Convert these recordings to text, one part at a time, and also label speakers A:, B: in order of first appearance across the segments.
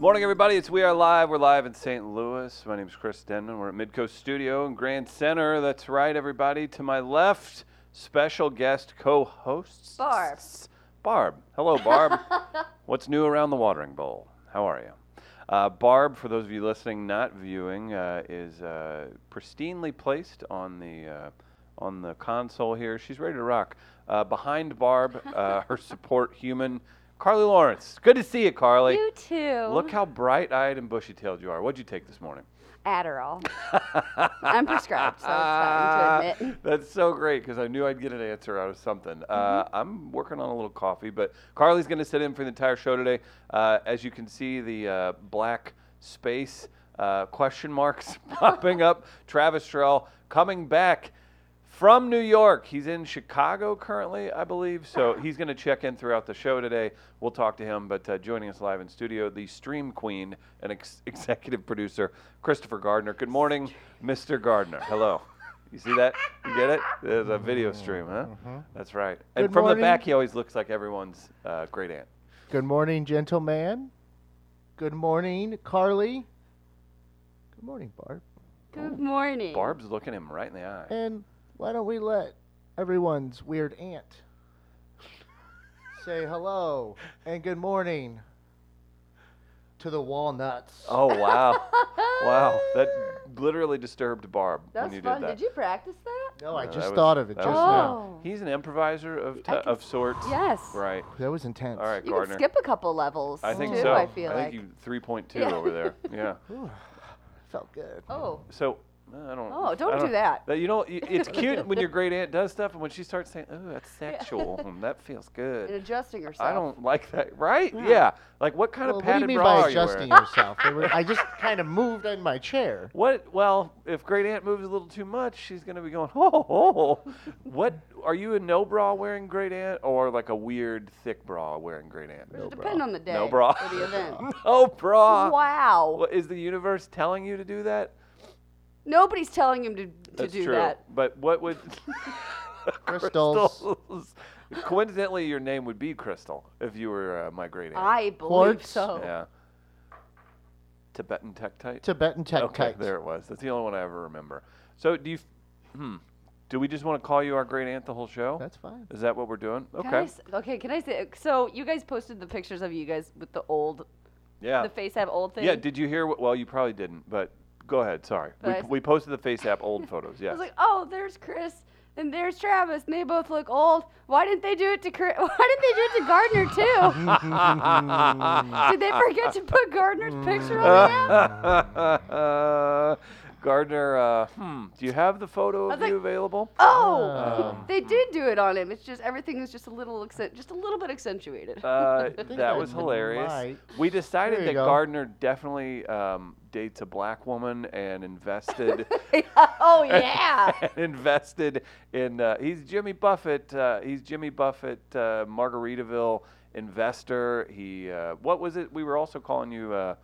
A: morning, everybody. It's We Are Live. We're live in St. Louis. My name is Chris Denman. We're at Midcoast Studio in Grand Center. That's right, everybody. To my left, special guest co-hosts
B: Barb.
A: Barb. Hello, Barb. What's new around the watering bowl? How are you? Uh, Barb, for those of you listening, not viewing, uh, is uh, pristinely placed on the uh, on the console here. She's ready to rock. Uh, behind Barb, uh, her support human, Carly Lawrence. Good to see you, Carly.
B: You too.
A: Look how bright-eyed and bushy-tailed you are. What'd you take this morning?
B: Adderall. I'm prescribed, so it's fine to
A: Uh,
B: admit.
A: That's so great because I knew I'd get an answer out of something. Uh,
B: Mm-hmm.
A: I'm working on a little coffee, but Carly's going to sit in for the entire show today. Uh, as you can see, the uh, black space uh, question marks popping up. Travis Terrell coming back from New York. He's in Chicago currently, I believe. So he's going to check in throughout the show today. We'll talk to him. But uh, joining us live in studio, the stream queen and ex- executive producer, Christopher Gardner. Good morning, Mr. Gardner. Hello. You see that? You get it? There's a video stream, huh? That's right. And
C: Good
A: from the
C: morning.
A: back, he always looks like everyone's uh, great aunt.
C: Good morning, gentleman. Good morning, Carly. Good morning, Barb.
B: Good morning.
A: Barb's looking him right in the eye.
C: And why don't we let everyone's weird aunt say hello and good morning to the walnuts?
A: Oh, wow. wow. That literally disturbed Barb
B: That
A: when
B: was
A: you
B: fun.
A: did that.
B: Did you practice that?
C: no, Oh, I
A: Uh,
C: just
A: that was-
C: thought of it
A: that
C: just
A: was
C: now.
A: fun. He's an improviser of, t-
B: Oh. I can-
A: of sorts.
B: Yes.
A: Right.
C: That was intense.
A: Oh. All right,
B: You
A: Gardner.
B: can skip a couple levels.
A: I think
B: too,
A: so.
B: I feel like.
A: think you 3.2
B: Yeah.
A: over there. Yeah.
C: Felt good.
B: Oh,
A: So uh, I don't.
B: Oh, don't
A: I
B: do that.
A: You know, y- it's cute when your great aunt does stuff, and when she starts saying, "Oh, that's sexual. mm, that feels
B: and
A: good."
B: adjusting yourself.
A: I don't like that. Right?
B: Hmm.
A: Yeah. Like what kind
C: Well,
A: of
C: what do you
A: padded
C: mean
A: bra
C: by
A: are you
C: adjusting
A: wearing?
C: yourself? It was- I just kind of moved in my chair.
A: What? Well, if great aunt moves a little too much, she's gonna be going, "Oh, oh, oh." what? Are you a no bra wearing great aunt, or like a weird thick bra wearing great aunt?
B: It'll
A: No
B: depend
A: bra.
B: on the day.
A: No bra.
B: Or the event.
A: no bra.
B: wow.
A: Well, is the universe telling you to do that?
B: Nobody's telling him to, to
A: That's
B: do
A: true.
B: that.
A: But what would
C: Crystals.
A: Crystals. Coincidentally, your name would be Crystal if you were uh, my great aunt.
B: I believe
C: Quartz?
B: so.
A: Yeah. Tibetan Tektite.
C: Tibetan tech
A: okay,
C: tights.
A: there it was. That's the only one I ever remember. So do you? f- Hmm. Do we just want to call you our great aunt the whole show?
C: That's fine.
A: Is that what we're doing? Okay.
B: Guys, okay, can I say? So you guys posted the pictures of you guys with the old,
A: yeah.
B: the face have old thing.
A: yeah. Did you hear? What, well, you probably didn't, but go ahead. Sorry. We,
B: But I-
A: we posted the face app old photos.
B: I
A: Yes.
B: was like, oh, there's Chris and there's Travis, and they both look old. Why didn't they do it to Chris? Why didn't they do it to Gardner too? Did they forget to put Gardner's picture on the app?
A: Gardner, uh, hmm, do you have the photo
B: "Mm." I
A: of
B: was
A: you
B: like-
A: available?
B: Oh, they did do it on him. It's just everything was just a little accent, just a little bit accentuated.
A: Uh,
C: think
A: that
C: I
A: was
C: might.
A: hilarious. We decided
C: There you
A: that
C: go.
A: Gardner definitely um, dates a black woman and invested
B: oh yeah.
A: and invested in. Uh, he's Jimmy Buffett. Uh, he's Jimmy Buffett, uh, Margaritaville investor. He uh, what was it? We were also calling you uh,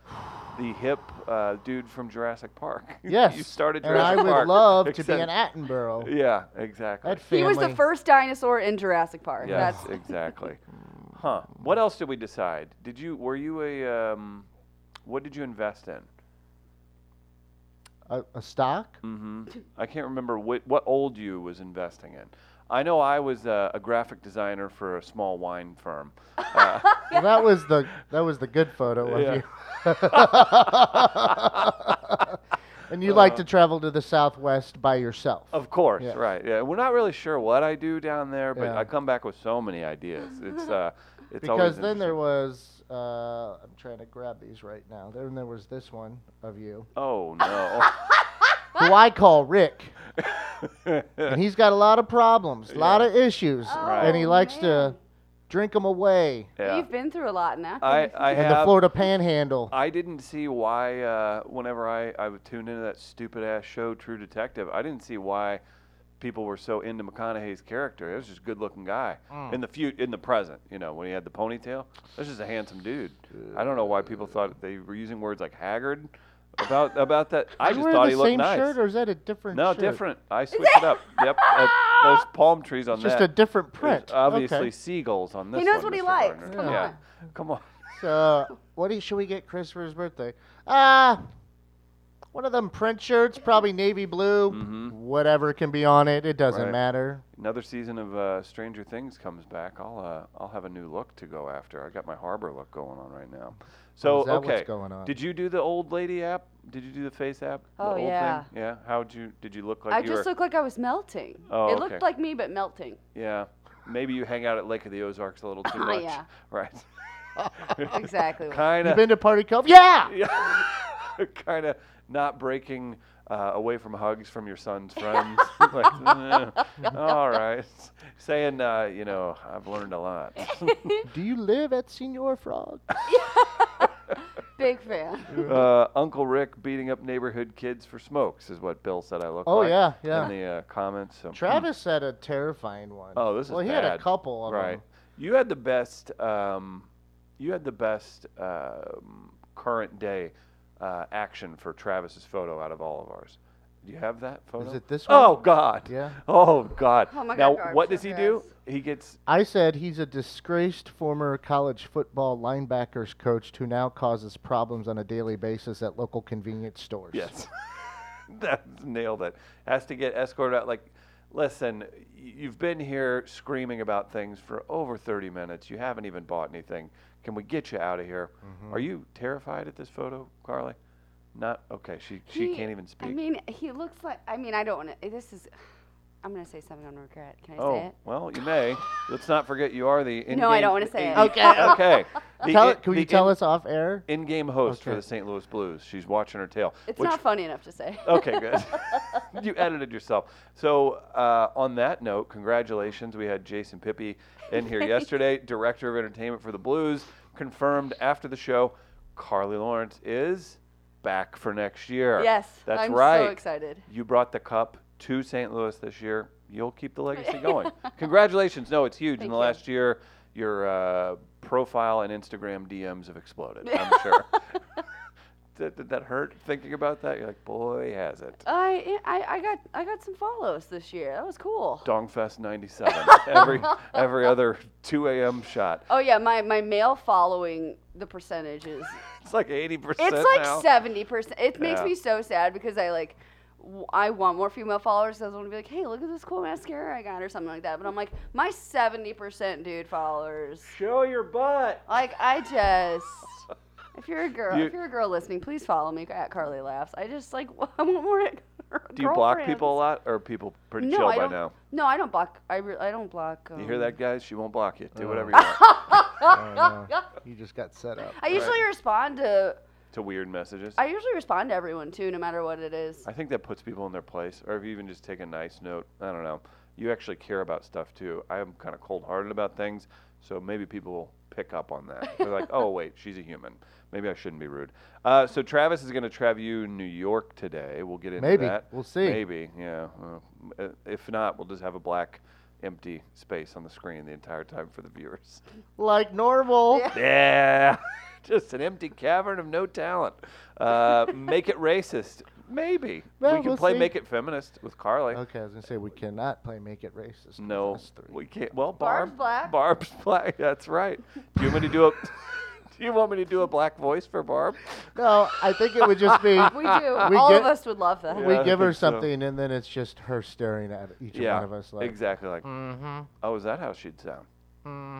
A: the hip uh, dude from Jurassic Park.
C: Yes.
A: you started
C: And
A: Jurassic
C: I would
A: Park,
C: love to be
A: except-
C: an Attenborough.
A: Yeah, exactly.
C: That
B: He was the
C: family.
B: first dinosaur in Jurassic Park.
A: Yes,
B: That's
A: exactly. Huh. What else did we decide? Did you were you a um, what did you invest in?
C: A, a stock?
A: hmm I can't remember what what old you was investing in. I know I was uh, a graphic designer for a small wine firm. Uh,
C: Well, that was the that was the good photo of
A: Yeah.
C: you. and you like to travel to the Southwest by yourself.
A: Uh, of course,
C: Yeah.
A: right? Yeah, we're not really sure what I do down there, but
C: Yeah.
A: I come back with so many ideas. It's uh, it's always
C: because then there
A: interesting.
C: was uh, I'm trying to grab these right now. Then there was this one of you
A: oh no.
C: who I call Rick, and he's got a lot of problems, a lot of issues,
B: Right.
C: and he
B: Oh,
C: likes
B: man.
C: to drink them away.
A: yeah.
B: You've been through a lot now.
A: I I
C: and the
A: have
C: Florida Panhandle.
A: I didn't see why uh, whenever I, I would tune into that stupid ass show True Detective, I didn't see why people were so into McConaughey's character. It was just a good looking guy.
C: Hmm.
A: In the few in the present, you know, when he had the ponytail. That's just a handsome dude. I don't know why people thought they were using words like haggard about about that. I
C: Did
A: just
C: you wear
A: thought
C: the
A: he looked
C: same
A: nice.
C: shirt, or is that a different?
A: no,
C: shirt?
A: different. I switched it up. Yep. uh, there's palm trees on
C: It's just
A: that.
C: a different
A: There's
C: print.
A: Obviously
C: Okay.
A: seagulls on this
B: knows
A: one,
B: what he
A: Mr.
B: likes.
A: Gardner.
B: Come
A: yeah. Come on.
C: So, what do- should we get Chris for his birthday? Ah, one of them print shirts, probably navy blue.
A: Mhm.
C: Whatever can be on it, it doesn't
A: Right.
C: matter.
A: Another season of uh, Stranger Things comes back. I'll uh, I'll have a new look to go after. I got my harbor look going on right now. So
C: Oh, is that
A: okay,
C: what's going on?
A: did you do the old lady app? Did you do the face app? The
B: Oh,
A: old thing?
B: yeah.
A: Yeah. How'd you did you look like
B: I
A: you
B: just
A: were?
B: looked like I was melting.
A: Oh,
B: it
A: okay.
B: looked like me, but melting.
A: yeah. Maybe you hang out at Lake of the Ozarks a little too much.
B: Yeah.
A: Right.
B: Exactly. what-
A: kind
C: You
A: of.
C: been to Party Cove? Yeah.
A: yeah. kind of not breaking uh, away from hugs from your son's friends. like, eh, all right. Saying, uh, you know, I've learned a lot.
C: Do you live at Senor Frog?
B: Big fan.
A: uh, Uncle Rick beating up neighborhood kids for smokes is what Bill said I look
C: Oh
A: like.
C: yeah, yeah.
A: In the uh, comments. So,
C: Travis had a terrifying one.
A: Oh, this is
C: well, he had a
A: bad.
C: couple of
A: Hmm. Right.
C: them.
A: You had the best. Um, you had the best um, current day uh, action for Travis's photo out of all of ours. Do you have that photo?
C: Is it this one?
A: Oh God.
C: Yeah.
A: Oh God.
B: Oh, my
A: now
B: God, Garb,
A: what
B: so
A: does he do?
B: fast.
A: He gets
C: I said he's a disgraced former college football linebackers coach who now causes problems on a daily basis at local convenience stores.
A: yes. that nailed it. Has to get escorted out. Like, listen, y- you've been here screaming about things for over 30 minutes. You haven't even bought anything. Can we get you out of here?
C: Mm-hmm.
A: Are you terrified at this photo, Carly? Not okay. She she
B: He-
A: can't even speak.
B: I mean, he looks like. I mean, I don't want to. This is. I'm gonna say something I'm gonna regret. Can I say
A: oh
B: it?
A: well, you may. Let's not forget you are the. In-game,
B: No, I don't wanna say it.
A: Okay. okay. The
C: Tell
A: in-
C: it, can
A: the
C: you tell
A: in-
C: us off air?
A: In-game host for
C: Okay.
A: the St. Louis Blues. She's watching her tail.
B: It's
A: which-
B: not funny enough to say.
A: Okay, good. you edited yourself. So, uh, on that note, congratulations. We had Jason Pippi in here yesterday, director of entertainment for the Blues, confirmed after the show. Carly Lawrence is back for next year.
B: Yes,
A: Oh, that's
B: I'm
A: right.
B: so excited.
A: You brought the cup to St. Louis this year. You'll keep the legacy going. congratulations. No, it's huge. in
B: Thank
A: the
B: you.
A: last year, your uh, profile and Instagram DMs have exploded. I'm sure. Did, did that hurt thinking about that? You're like, boy, has it.
B: I, I I got I got some follows this year. That was cool.
A: Dongfest 97. every every other 2 a.m. shot.
B: Oh yeah, my my male following the percentage is
A: It's like 80%.
B: it's like
A: now.
B: seventy percent. It makes
A: Yeah.
B: me so sad because I like w- I want more female followers because I want to be like, hey, look at this cool mascara I got or something like that. But I'm like, my seventy percent dude followers.
A: Show your butt.
B: Like I just, if you're a girl,
A: You-
B: if you're a girl listening, please follow me at Carly laughs. I just like I want more.
A: Do you block people a lot or are people pretty
B: No,
A: chill
B: I
A: by
B: don't.
A: now?
B: No, I don't block. I re- I don't block. Um,
A: You hear that, guys? She won't block you. Do whatever you
C: Oh.
A: want.
C: Oh, no. You just got set up.
B: I usually respond to.
A: To weird messages. I,
B: I usually respond to everyone too, no matter what it is.
A: think that puts people in their place. Or if you even just take a nice note, I don't know. You actually care about stuff too. I am kind of cold hearted about things. So maybe people will pick up on that. They're like, oh, wait, she's a human. Maybe I shouldn't be rude. Uh, so Travis is going to travel you New York today. We'll get into
C: Maybe.
A: that.
C: We'll see.
A: Maybe, yeah. Well, m- uh, If not, we'll just have a black, empty space on the screen the entire time for the viewers.
C: Like normal.
B: Yeah.
A: yeah, just an empty cavern of no talent. Uh, make it racist, maybe.
C: Well,
A: we can
C: we'll
A: play
C: see.
A: "Make It Feminist" with Carly.
C: Okay, I was gonna say we cannot play make it racist. 'cause
A: No,
C: us three.
A: we can't. Well,
B: Barb's
A: Barb,
B: black.
A: Barb's black. That's right. Do you want me to do a? Do you want me to do a black voice for Barb?
C: No, I think it would just be
B: We do.
C: We
B: All
C: get-
B: of us would love that.
A: Yeah,
C: we
A: I
C: give her
A: think so.
C: something and then it's just her staring at each one of us like
A: exactly. Like,
C: mm-hmm.
A: Oh, is that how she'd sound?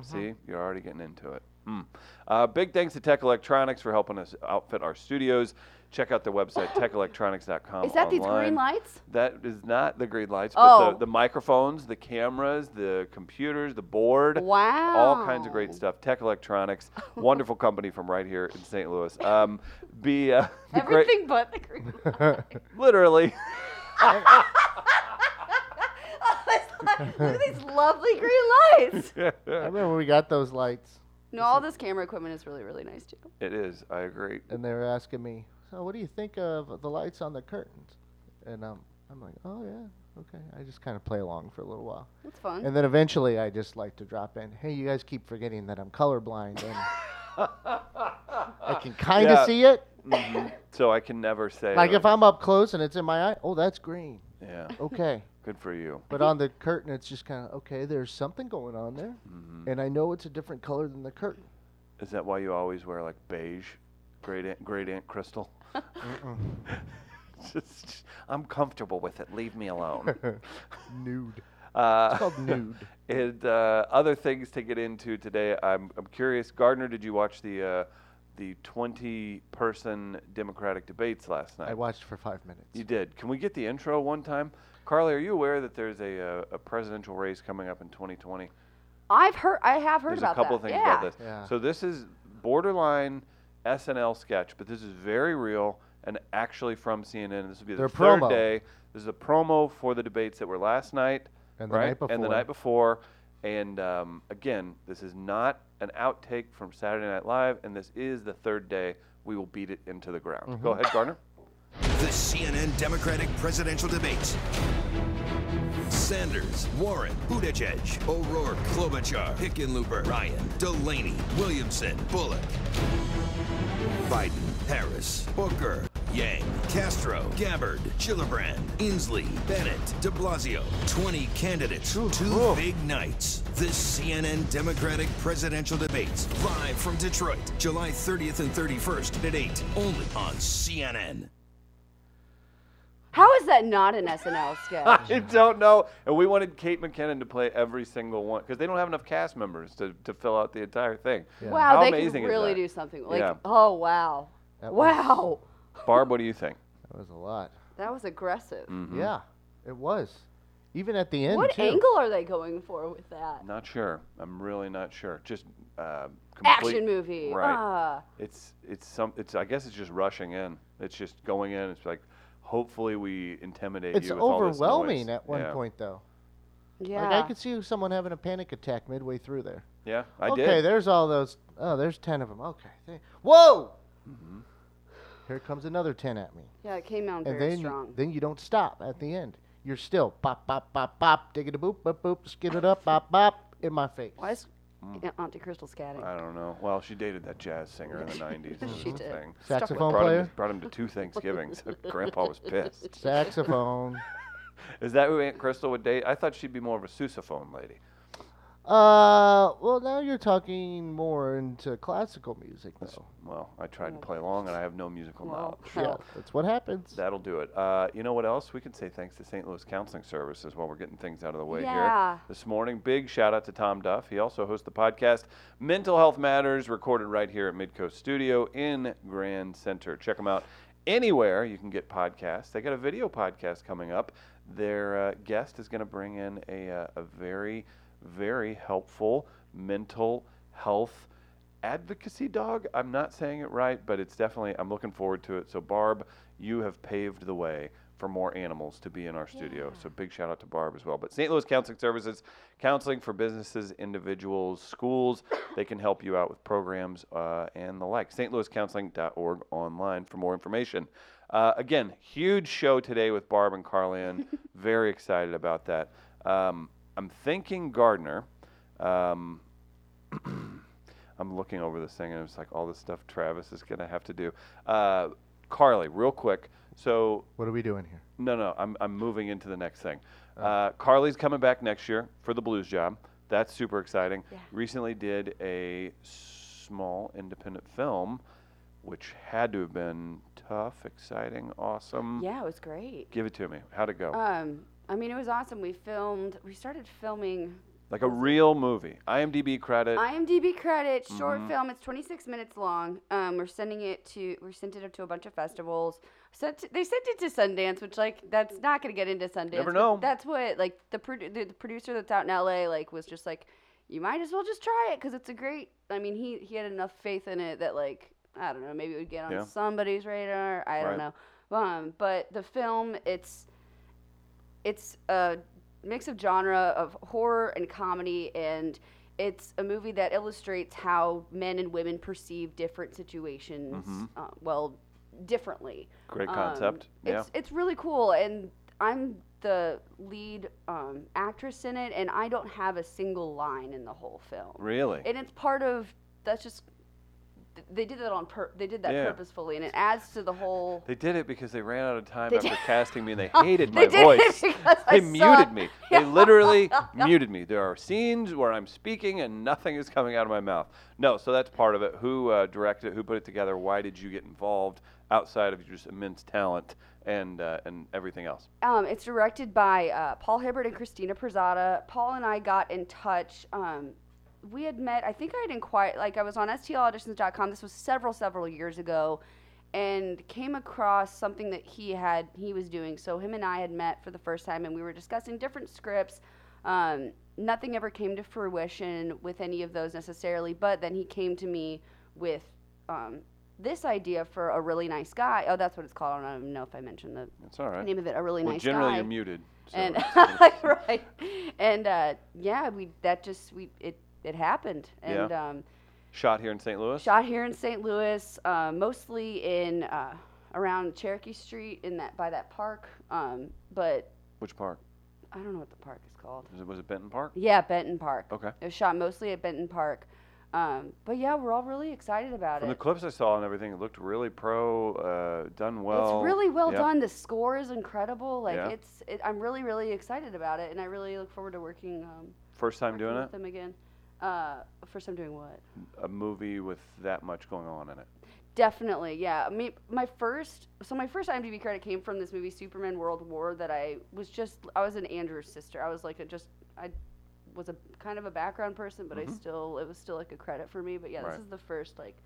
A: See, you're already getting into it. Mm. Uh, big thanks to Tech Electronics for helping us outfit our studios. Check out their website, techelectronics.com.
B: Is that these
A: online.
B: green lights?
A: That is not the green lights, but
B: Oh.
A: the, the microphones, the cameras, the computers, the board.
B: Wow.
A: All kinds of great stuff. Tech Electronics, wonderful company from right here in St. Louis. Um, be, uh, be great-
B: Everything but the green lights.
A: literally.
B: Look at these lovely green lights.
C: I remember when we got those lights
B: No, all this camera equipment is really, really nice too.
A: it is. I agree.
C: and they were asking me, So what do you think of the lights on the curtains? And um, I'm like, Oh yeah, okay. I just kinda play along for a little while.
B: It's
A: Mm-hmm.
B: fun.
C: And then eventually I just like to drop in, Hey you guys keep forgetting that I'm colorblind and I can kinda
A: Yeah.
C: see it.
A: Mhm. so I can never say.
C: Like if I'm up close and it's in my eye, oh that's green.
A: Yeah.
C: Okay.
A: Good for you.
C: But on the curtain, it's just kind of okay. There's something going on there,
A: Mhm.
C: and I know it's a different color than the curtain.
A: Is that why you always wear like beige? Great Aunt, Great Aunt Crystal. Just, I'm comfortable with it. Leave me alone.
C: Nude.
A: Uh,
C: It's called nude.
A: and uh, other things to get into today. I'm, I'm curious, Gardner. Did you watch the uh, the 20 person Democratic debates last night?
C: I watched for five minutes.
A: You did. Can we get the intro one time? Carly, are you aware that there's a, uh, a presidential race coming up in 2020?
B: I've heard. I have heard
A: There's
B: about
A: a couple
B: that.
A: things
B: yeah.
A: about this.
C: Yeah.
A: So this is borderline SNL sketch, but this is very real and actually from CNN. This would be the
C: Their
A: third
C: promo.
A: day. This is a promo for the debates that were last night,
C: And the
A: right?
C: night
A: And the
C: before.
A: night before. And um, again, this is not an outtake from Saturday Night Live, and this is the third day. We will beat it into the ground.
C: Mm-hmm.
A: Go ahead, Gardner.
D: The CNN Democratic presidential debates. Sanders, Warren, Buttigieg, O'Rourke, Klobuchar, Hickenlooper, Ryan, Delaney, Williamson, Bullock, Biden, Harris, Booker, Yang, Castro, Gabbard, Gillibrand, Inslee, Bennett, de Blasio. 20 candidates, two big nights. The CNN Democratic presidential debates, live from Detroit, July 30th and 31st at 8, only on CNN.
B: How is that not an SNL sketch?
A: I don't know. And we wanted Kate McKinnon to play every single one because they don't have enough cast members to, to fill out the entire thing.
B: Wow,
A: How
B: they
A: amazing
B: can
A: is
B: really
A: that?
B: do something. Like,
A: Yeah.
B: oh wow,
C: That was-
B: wow,
A: Barb, what do you think?
C: That was a lot.
B: that was aggressive.
A: Mm. Mm-hmm.
C: Yeah, it was. Even at the end.
B: What
C: too.
B: angle are they going for with that?
A: Not sure. I'm really not sure. Just uh, complete-
B: Action movie.
A: Right.
B: Ah.
A: It's it's some. It's I guess it's just rushing in. It's just going in. It's like hopefully we intimidate
C: It's
A: you. with all this noise.
C: overwhelming at one
A: Yeah.
C: point, though.
B: yeah.
C: Like I could see someone having a panic attack midway through there.
A: Yeah, I
C: okay,
A: did.
C: there's all those. Oh, there's ten of them. Okay. th- Whoa!
A: Mm-hmm.
C: Here comes another ten at me,
B: yeah, it came out
C: and
B: very
C: then
B: strong.
C: then you don't stop at the end. You're still bop bop bop bop, digging a boop boop boop, skin it up bop bop in my face.
B: Why is
A: Mm.
B: Aunt- Auntie Crystal scatting?
A: I don't know. Well, she dated that jazz singer in the '90s. This
B: She
A: is the
B: did.
A: Thing.
C: Saxophone
A: brought Him
C: player,
A: to, brought him to two Thanksgivings. Grandpa was pissed.
C: saxophone.
A: Is that who Aunt Crystal would date? I thought she'd be more of a sousaphone lady.
C: Uh, well, now you're talking more into classical music,
A: That's-
C: though.
A: Well, I tried to play along, and I have no musical
B: Oh. Well,
A: knowledge.
C: Yeah,
B: hell.
C: that's what happens.
A: That'll do it. Uh, you know what else? We can say thanks to St. Louis Counseling Services while we're getting things out of the way
B: Yeah.
A: here this morning. Big shout out to Tom Duff. He also hosts the podcast Mental Health Matters, recorded right here at Midcoast Studio in Grand Center. Check them out anywhere you can get podcasts. They got a video podcast coming up. Their uh, guest is going to bring in a, uh, a very, very helpful mental health advocacy dog. I'm not saying it right, but it's definitely, I'm looking forward to it. So, Barb, you have paved the way for more animals to be in our studio. So, big shout out to Barb as well. But St. Louis Counseling Services, counseling for businesses, individuals, schools, they can help you out with programs uh, and the like. stlouiscounseling.org online for more information. Uh, again, huge show today with Barb and Carlin. Very excited about that. Um, I'm thinking Gardner. Um, I'm looking over this thing and it's like all the stuff Travis is gonna have to do. Uh, Carly, real quick. So
C: What are we doing here?
A: no, no, I'm I'm moving into the next thing. Uh, Carly's coming back next year for the blues job. That's super exciting. Recently did a small independent film, which had to have been tough, exciting, awesome.
B: yeah, it was great.
A: Give it to me. How'd it go?
B: Um, I mean, it was awesome. We filmed. We started filming.
A: like a real movie. IMDb credit. Mm-hmm.
B: IMDb credit, short film. It's 26 minutes long. Um, we're sending it to. We sent it to a bunch of festivals. Sent they sent it to Sundance, which like that's not gonna get into Sundance.
A: Never
B: but
A: know.
B: That's what like the, produ- the the producer that's out in LA like was just like, you might as well just try it because it's a great. I mean, he he had enough faith in it that like I don't know, maybe it would get on
A: Yeah.
B: somebody's radar. I don't
A: Right.
B: know. Um, but the film, it's it's a mix of genre of horror and comedy and it's a movie that illustrates how men and women perceive different situations uh, well differently
A: Mm-hmm. Great
B: Um,
A: concept. Yeah.
B: it's, it's really cool and i'm the lead um, actress in it and i don't have a single line in the whole film
A: really.
B: and it's part of that's just th- they did that on pur- they did that
A: Yeah.
B: purposefully, and it adds to the whole.
A: They did it because they ran out of time
B: They
A: after
B: did-
A: casting me and they
B: Oh,
A: hated
B: they
A: my
B: did it
A: voice.
B: because I
A: they
B: saw-
A: muted me. They
B: Yeah.
A: literally muted me. There are scenes where I'm speaking and nothing is coming out of my mouth. No, so that's part of it. Who uh, directed it? Who put it together? Why did you get involved outside of your just immense talent and, uh, and everything else?
B: Um, it's directed by uh, Paul Hibbert and Christina Prezada. Paul and I got in touch. Um, we had met. I think I had inquired. Like I was on STLauditions.com. This was several, several years ago, and came across something that he had he was doing. So him and I had met for the first time, and we were discussing different scripts. Um, nothing ever came to fruition with any of those necessarily. But then he came to me with um, this idea for a really nice guy. Oh, that's what it's called. I don't even know if I mentioned the
A: That's all right.
B: name of it, a really
A: well,
B: nice
A: generally
B: guy.
A: you're muted. So
B: and
A: it's-
B: right, and uh, yeah, we that just we it it happened, and
A: Yeah.
B: um,
A: shot here in St. Louis?
B: shot here in St. Louis, uh, mostly in uh, around Cherokee Street in that by that park, um, but
A: Which park?
B: I don't know what the park is called.
A: Was it, was it Benton Park?
B: Yeah, Benton Park.
A: Okay.
B: it was shot mostly at Benton Park, um, but yeah, we're all really excited about
A: From
B: it.
A: the clips I saw and everything, it looked really pro, uh, done well.
B: it's really well
A: Yeah.
B: done. The score is incredible. Like
A: Yeah.
B: it's, it, I'm really, really excited about it, and I really look forward to working. Um,
A: First time
B: working
A: doing
B: with
A: it?
B: them again. Uh, first time doing what?
A: a movie with that much going on in it.
B: Definitely, yeah. I mean, my first, so my first IMDb credit came from this movie Superman World War that I was just, I was an Andrews sister. I was like a just, I was a kind of a background person, but I still, it was still like a credit for me. But yeah,
A: Mm-hmm. Right.
B: this is the first like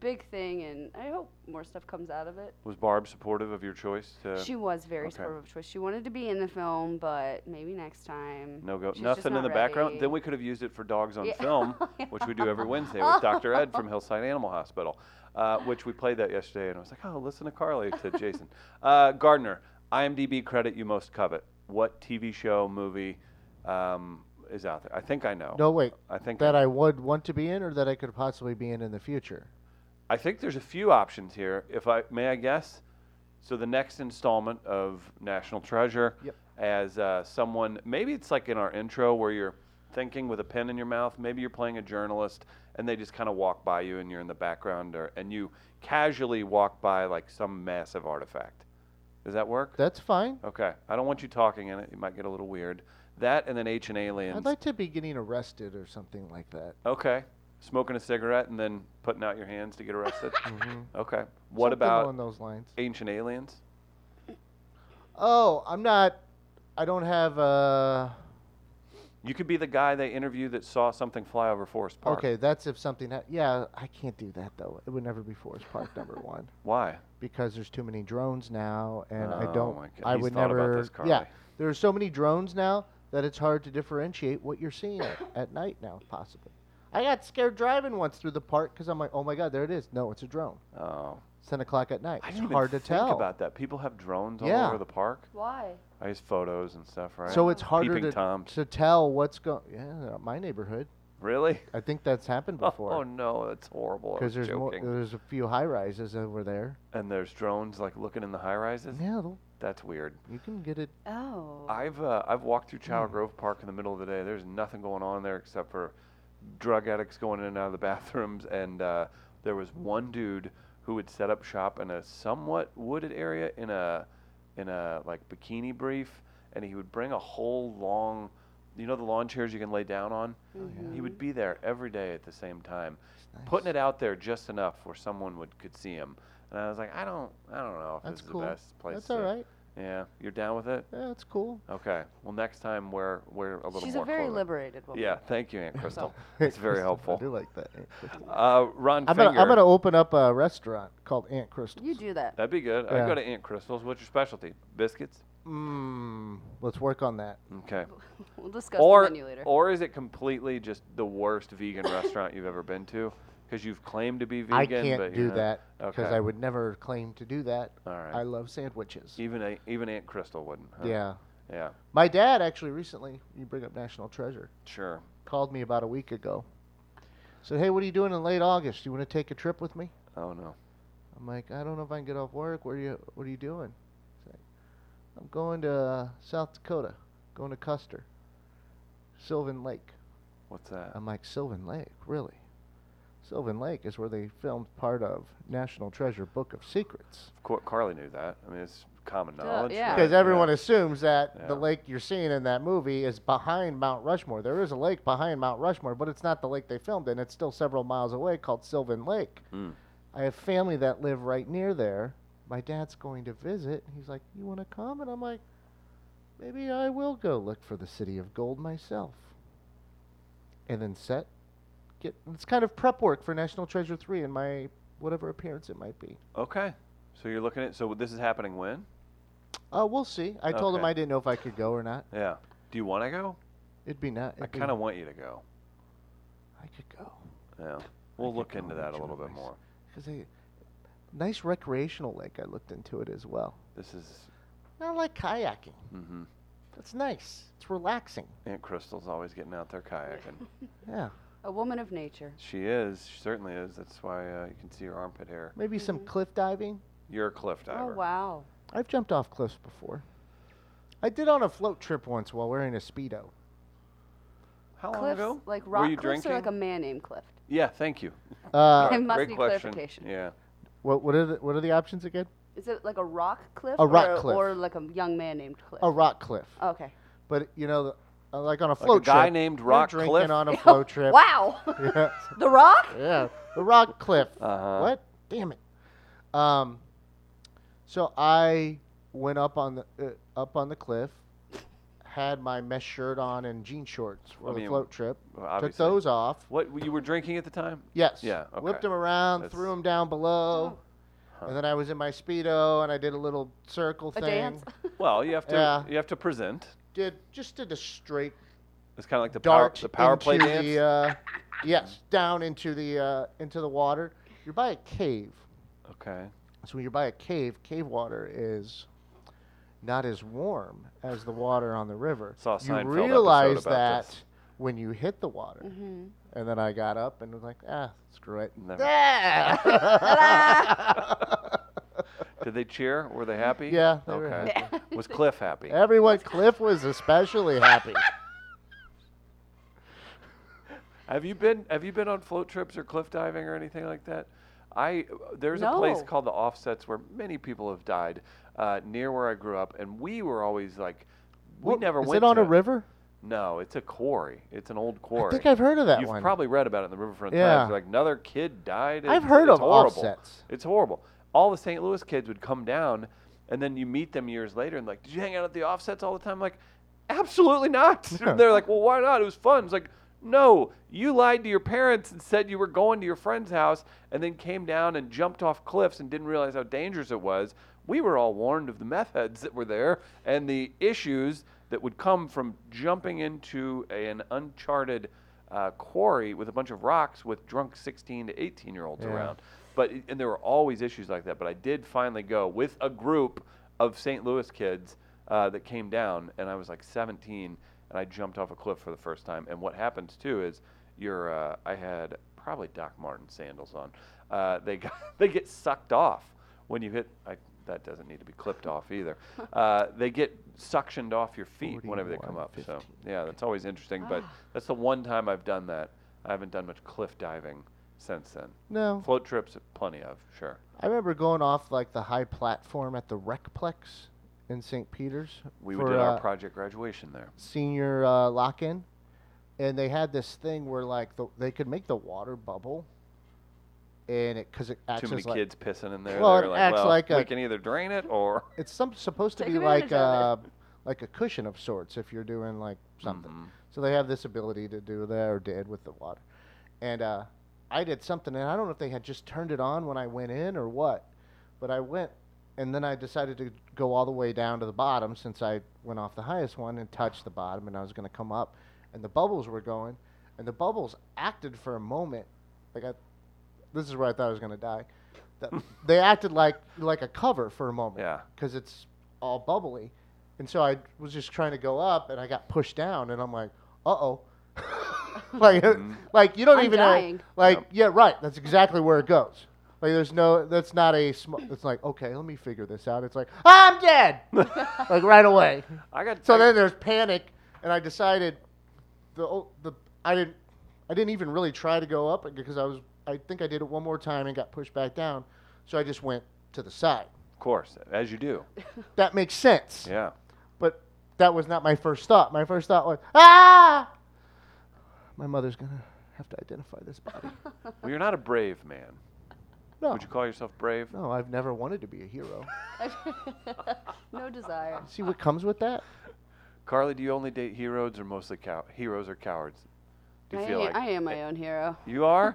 B: big thing, and I hope more stuff comes out of it.
A: Was Barb supportive of your choice? To
B: She was very
A: okay.
B: supportive of choice. She wanted to be in the film, but maybe next time.
A: no go,
B: She's just
A: nothing in
B: not
A: the background.
B: ready.
A: Then we could have used it for dogs on
B: Yeah. Oh,
A: film, which we do every Wednesday with Dr. Ed from Hillside Animal Hospital, uh, which we played that yesterday, and I was like, oh, listen to Carly to Jason uh, Gardner. IMDb credit you most covet. What TV show movie um, is out there? I think I know.
C: No, wait.
A: I think
C: that I would want to be in, or that I could possibly be in in the future.
A: I think there's a few options here. If I may, I guess. So the next installment of National Treasure,
C: Yep.
A: as uh, someone, maybe it's like in our intro where you're thinking with a pen in your mouth. Maybe you're playing a journalist, and they just kind of walk by you, and you're in the background, or and you casually walk by like some massive artifact. Does that work?
C: That's fine.
A: okay. I don't want you talking in it. You might get a little weird. That and then H and Aliens.
C: I'd like to be getting arrested or something like that.
A: okay. Smoking a cigarette and then putting out your hands to get arrested. Okay. What
C: Mm-hmm. Something
A: about
C: along those lines?
A: Ancient Aliens.
C: Oh, I'm not. I don't have. Uh,
A: You could be the guy they interviewed that saw something fly over Forest Park.
C: okay, that's if something. Ha- yeah, I can't do that though. It would never be Forest Park number one
A: Why?
C: because there's too many drones now, and I
A: Oh
C: don't.
A: my God,
C: I
A: he's
C: would
A: thought about
C: never.
A: this,
C: yeah,
A: Carly.
C: there are so many drones now that it's hard to differentiate what you're seeing at night now. Possibly. I got scared driving once through the park because I'm like, oh my god, there it is. No, it's a drone.
A: Oh,
C: It's ten o'clock at night.
A: I
C: It's
A: didn't even
C: hard to
A: think
C: tell.
A: about that. People have drones all
C: Yeah.
A: over the park.
B: Why?
A: I use photos and stuff, right?
C: So it's harder
A: Peeping
C: to,
A: toms.
C: to tell what's going. Yeah, my neighborhood.
A: really?
C: I think that's happened
A: Oh
C: before.
A: no, that's horrible. I was
C: Because there's more, uh,
A: joking.
C: there's a few high rises over there.
A: and there's drones like looking in the high rises.
C: Yeah, it'll-
A: That's weird.
C: you can get it.
B: Oh.
A: I've uh, I've walked through
C: Hmm.
A: Chow Grove Park in the middle of the day. There's nothing going on there except for drug addicts going in and out of the bathrooms, and uh, there was one dude who would set up shop in a somewhat wooded area in a in a like bikini brief, and he would bring a whole long, you know, the lawn chairs you can lay down on.
C: Oh,
A: He would be there every day at the same time, putting it out there just enough where someone would could see him. And I was like, I don't, I don't know if
C: That's
A: this is
C: cool.
A: the best place.
C: That's
A: to-
C: all right.
A: Yeah, you're down with it.
C: Yeah, that's cool.
A: Okay. Well, next time we're we're a little
B: She's
A: more.
B: a very
A: clothing.
B: liberated woman.
A: Yeah. Thank you, Aunt Crystal. It's very
C: I
A: helpful.
C: do like that. Aunt Crystal.
A: Uh, Ron
C: I'm
A: Finger.
C: gonna, I'm gonna open up a restaurant called Aunt Crystal's.
B: You do that.
A: That'd be good. I
C: Yeah.
A: go to Aunt Crystal's. What's your specialty? Biscuits.
C: Mmm. Let's work on that.
A: Okay.
B: We'll discuss the
A: Or
B: menu later.
A: or is it completely just the worst vegan restaurant you've ever been to? Because you've claimed to be vegan.
C: I can't
A: but you're
C: do
A: not.
C: that because
A: Okay.
C: I would never claim to do that.
A: All right.
C: I love sandwiches.
A: Even a, even Aunt Crystal wouldn't. huh?
C: yeah.
A: Yeah.
C: My dad actually recently, you bring up National Treasure,
A: Sure.
C: called me about a week ago. Said, hey, what are you doing in late August? You want to take a trip with me?
A: Oh no.
C: I'm like, I don't know if I can get off work. Where you? What are you doing? He's like, I'm going to uh, South Dakota, going to Custer, Sylvan Lake.
A: What's that?
C: Um, I'm like, Sylvan Lake, really? Sylvan Lake is where they filmed part of National Treasure Book of Secrets.
A: Of course, Carly knew that. I mean, it's common knowledge.
B: yeah.
A: right?
C: Because everyone assumes that
A: Yeah.
C: the lake you're seeing in that movie is behind Mount Rushmore. There is a lake behind Mount Rushmore, but it's not the lake they filmed in. It's still several miles away called Sylvan Lake.
A: Mm.
C: I have family that live right near there. My dad's going to visit. and He's like, You want to come? And I'm like, Maybe I will go look for the city of gold myself. And then set. Get, it's kind of prep work for National Treasure 3 in my whatever appearance it might be.
A: Okay. So you're looking at. So this is happening when?
C: Uh, we'll see. I told him
A: Okay.
C: I didn't know if I could go or not.
A: Yeah. Do you want to go?
C: It'd be
A: I
C: not. it'd be-
A: kind of want you to go.
C: I could go.
A: Yeah. We'll
C: could
A: look
C: go
A: into
C: and
A: that a
C: enjoy
A: little bit
C: myself.
A: more.
C: Cause they, nice recreational lake. I looked into it as well.
A: This is
C: Not like kayaking.
A: hmm
C: That's nice. It's relaxing.
A: Aunt Crystal's always getting out there kayaking.
C: Yeah.
B: A woman of nature.
A: she is. She certainly is. That's why uh, you can see her armpit hair.
C: Maybe some cliff diving.
A: You're a cliff diver.
B: Oh wow.
C: I've jumped off cliffs before. I did on a float trip once while wearing a speedo.
A: How long
B: Cliffs
A: ago?
B: like
A: Were
B: rock
A: you
B: cliffs
A: drinking?
B: or like a man named Cliff.
A: yeah. Thank you.
C: Uh,
A: All right,
B: must
A: Great
B: need
A: question.
B: clarification.
A: Yeah.
C: what what are the what are the options again?
B: Is it like a rock cliff?
C: A rock
B: or,
C: cliff.
B: Or like a young man named Cliff.
C: A rock cliff.
B: Okay.
C: But you know, uh, like on a float
A: guy
C: trip,
A: named
C: we're
A: Rock
C: drinking
A: Cliff?
C: on a float trip.
B: Wow.
C: Yeah.
B: the rock?
C: yeah, the rock cliff.
A: Uh-huh.
C: What? Damn it. Um, so I went up on the uh, up on the cliff, had my mesh shirt on and jean shorts for
A: I
C: the
A: mean,
C: float trip.
A: well,
C: Took
A: obviously.
C: those off.
A: What you were drinking at the time?
C: Yes.
A: Yeah, okay.
C: Whipped them around,
A: That's-
C: threw them down
B: Oh.
C: below,
A: Huh.
C: and then I was in my speedo and I did a little circle
B: A
C: thing.
B: dance.
A: Well, you have to.
C: Yeah.
A: You have to present.
C: Did just did a straight
A: It's kind of like the power,
C: dart
A: the power play
C: into
A: dance.
C: the, uh, yes, down into the uh, into the water. You're by a cave.
A: okay.
C: So when you're by a cave, cave water is not as warm as the water on the river.
A: Saw a
C: you
A: Seinfeld episode
C: realize
A: about
C: that
A: this.
C: when you hit the water. And then I got up and was like, ah, screw it.
A: Never.
C: Ah!
A: Did they cheer? Were they happy?
C: Yeah, they were
A: Okay. Was Cliff happy?
C: Everyone, Cliff was especially happy.
A: Have you been Have you been on float trips or cliff diving or anything like that? I there's a place
B: No.
A: called the Offsets where many people have died uh, near where I grew up, and we were always like, we
C: What-
A: never
C: is
A: went.
C: it on
A: to
C: a river?
A: No, it's a quarry. It's an old quarry.
C: I think I've heard of that
A: You've
C: one.
A: probably read about it in the Riverfront
C: Yeah.
A: Times. Like another kid died.
C: I've
A: It's-
C: heard
A: it's
C: of
A: horrible.
C: offsets.
A: It's horrible. All the St. Louis kids would come down, and then you meet them years later, and like, did you hang out at the offsets all the time? I'm like, absolutely not.
C: Yeah.
A: And they're like, well, why not? It was fun. It's like, no, you lied to your parents and said you were going to your friend's house, and then came down and jumped off cliffs and didn't realize how dangerous it was. We were all warned of the meth heads that were there and the issues that would come from jumping into an uncharted uh, quarry with a bunch of rocks with drunk 16 to 18 year olds
C: Yeah.
A: around. But it- and there were always issues like that. But I did finally go with a group of St. Louis kids uh, that came down, and I was like 17, and I jumped off a cliff for the first time. And what happens too is, you're uh, I had probably Doc Martin sandals on. Uh, they got, they get sucked off when you hit. I, that doesn't need to be clipped off either. Uh, they get suctioned off your feet whenever they come up. So
C: 41,
A: yeah, that's always interesting. But that's the one time I've done that. I haven't done much cliff diving since then.
C: No.
A: Float trips, plenty of, sure.
C: I remember going off like the high platform at the Recplex in St. Peter's
A: We
C: for
A: did our
C: uh,
A: project graduation there.
C: senior uh, lock-in, and they had this thing where like the, they could make the water bubble, and it because it acts
A: Too many
C: as like
A: kids pissing in there.
C: Well,
A: they
C: it
A: were like,
C: acts
A: well,
C: like
A: we
C: a-
A: can either drain it or.
C: it's some supposed to
B: Take
C: be like
B: advantage of
C: a like a cushion of sorts if you're doing like something.
A: Mm-hmm.
C: So they have this ability to do that or did with the water, and uh, I did something and I don't know if they had just turned it on when I went in or what, but I went and then I decided to go all the way down to the bottom since I went off the highest one and touched the bottom and I was going to come up, and the bubbles were going, and the bubbles acted for a moment like I, this is where I thought I was going to die. That they acted like like a cover for a moment
A: Yeah.
C: because it's all bubbly. And so I was just trying to go up, and I got pushed down, and I'm like, uh oh. like, like you don't
B: I'm
C: even
B: dying.
C: know. Like, yeah, right. That's exactly where it goes. Like, there's no. That's not a. Sm- it's like, okay, let me figure this out. It's like, I'm dead. like right away.
A: I got.
C: So
A: I-
C: then there's panic, and I decided the o- the I didn't I didn't even really try to go up because I was I think I did it one more time and got pushed back down. So I just went to the side.
A: Of course, as you do.
C: That makes sense.
A: Yeah.
C: But that was not my first thought. My first thought was, ah! My mother's going to have to identify this body.
A: Well, you're not a brave man.
C: No.
A: Would you call yourself brave?
C: no, I've never wanted to be a hero.
B: no desire.
C: See what comes with that?
A: Carly, do you only date heroes or mostly cow- heroes or cowards? Do you
B: I,
A: feel
B: am-
A: like
B: I am my own hero.
A: You are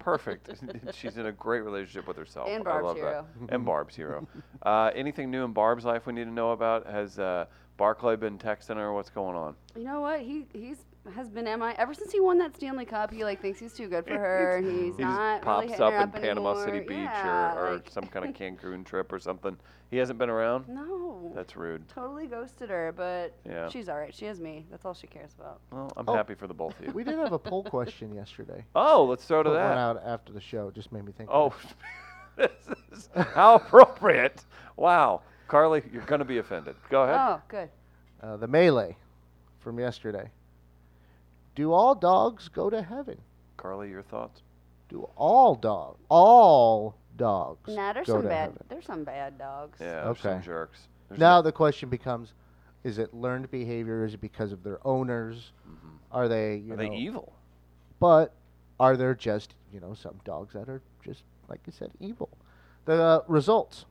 A: perfect. She's in a great relationship with herself.
B: And
A: I
B: Barb's
A: love That. And Barb's hero. Uh, anything new in Barb's life we need to know about? Has uh, Barclay been texting her? What's going on?
B: You know what? He he's has been MI ever since he won that Stanley Cup. He like thinks he's too good for her, and he's
A: he
B: not
A: just
B: really
A: pops
B: hitting
A: up
B: her
A: in Panama
B: anymore.
A: City Beach
B: Yeah,
A: or, or
B: like-
A: some kind of Cancun trip or something. He hasn't been around.
B: No,
A: That's rude.
B: totally ghosted her, but
A: Yeah.
B: she's all right. She has me. That's all she cares about.
A: Well, I'm
C: Oh.
A: happy for the both of you.
C: We did have a poll question yesterday.
A: oh, let's throw to
C: Put one
A: that.
C: out after the show. Just made me think. of
A: Oh, this is how appropriate. Wow. Carly, you're going to be offended. Go ahead.
B: Oh, good.
C: it. Uh, the melee from yesterday. Do all dogs go to heaven?
A: Carly, your thoughts?
C: Do all dogs, all dogs,
B: Nah, there's
C: go
B: some
C: to
B: bad.
C: heaven?
B: There's some bad dogs.
A: Yeah, there's some
C: Okay.
A: jerks. There's
C: Now the question becomes: Is it learned behavior? Is it because of their owners? Are they? You
A: Are
C: know,
A: they evil?
C: But are there just you know some dogs that are just like you said evil? The uh, results: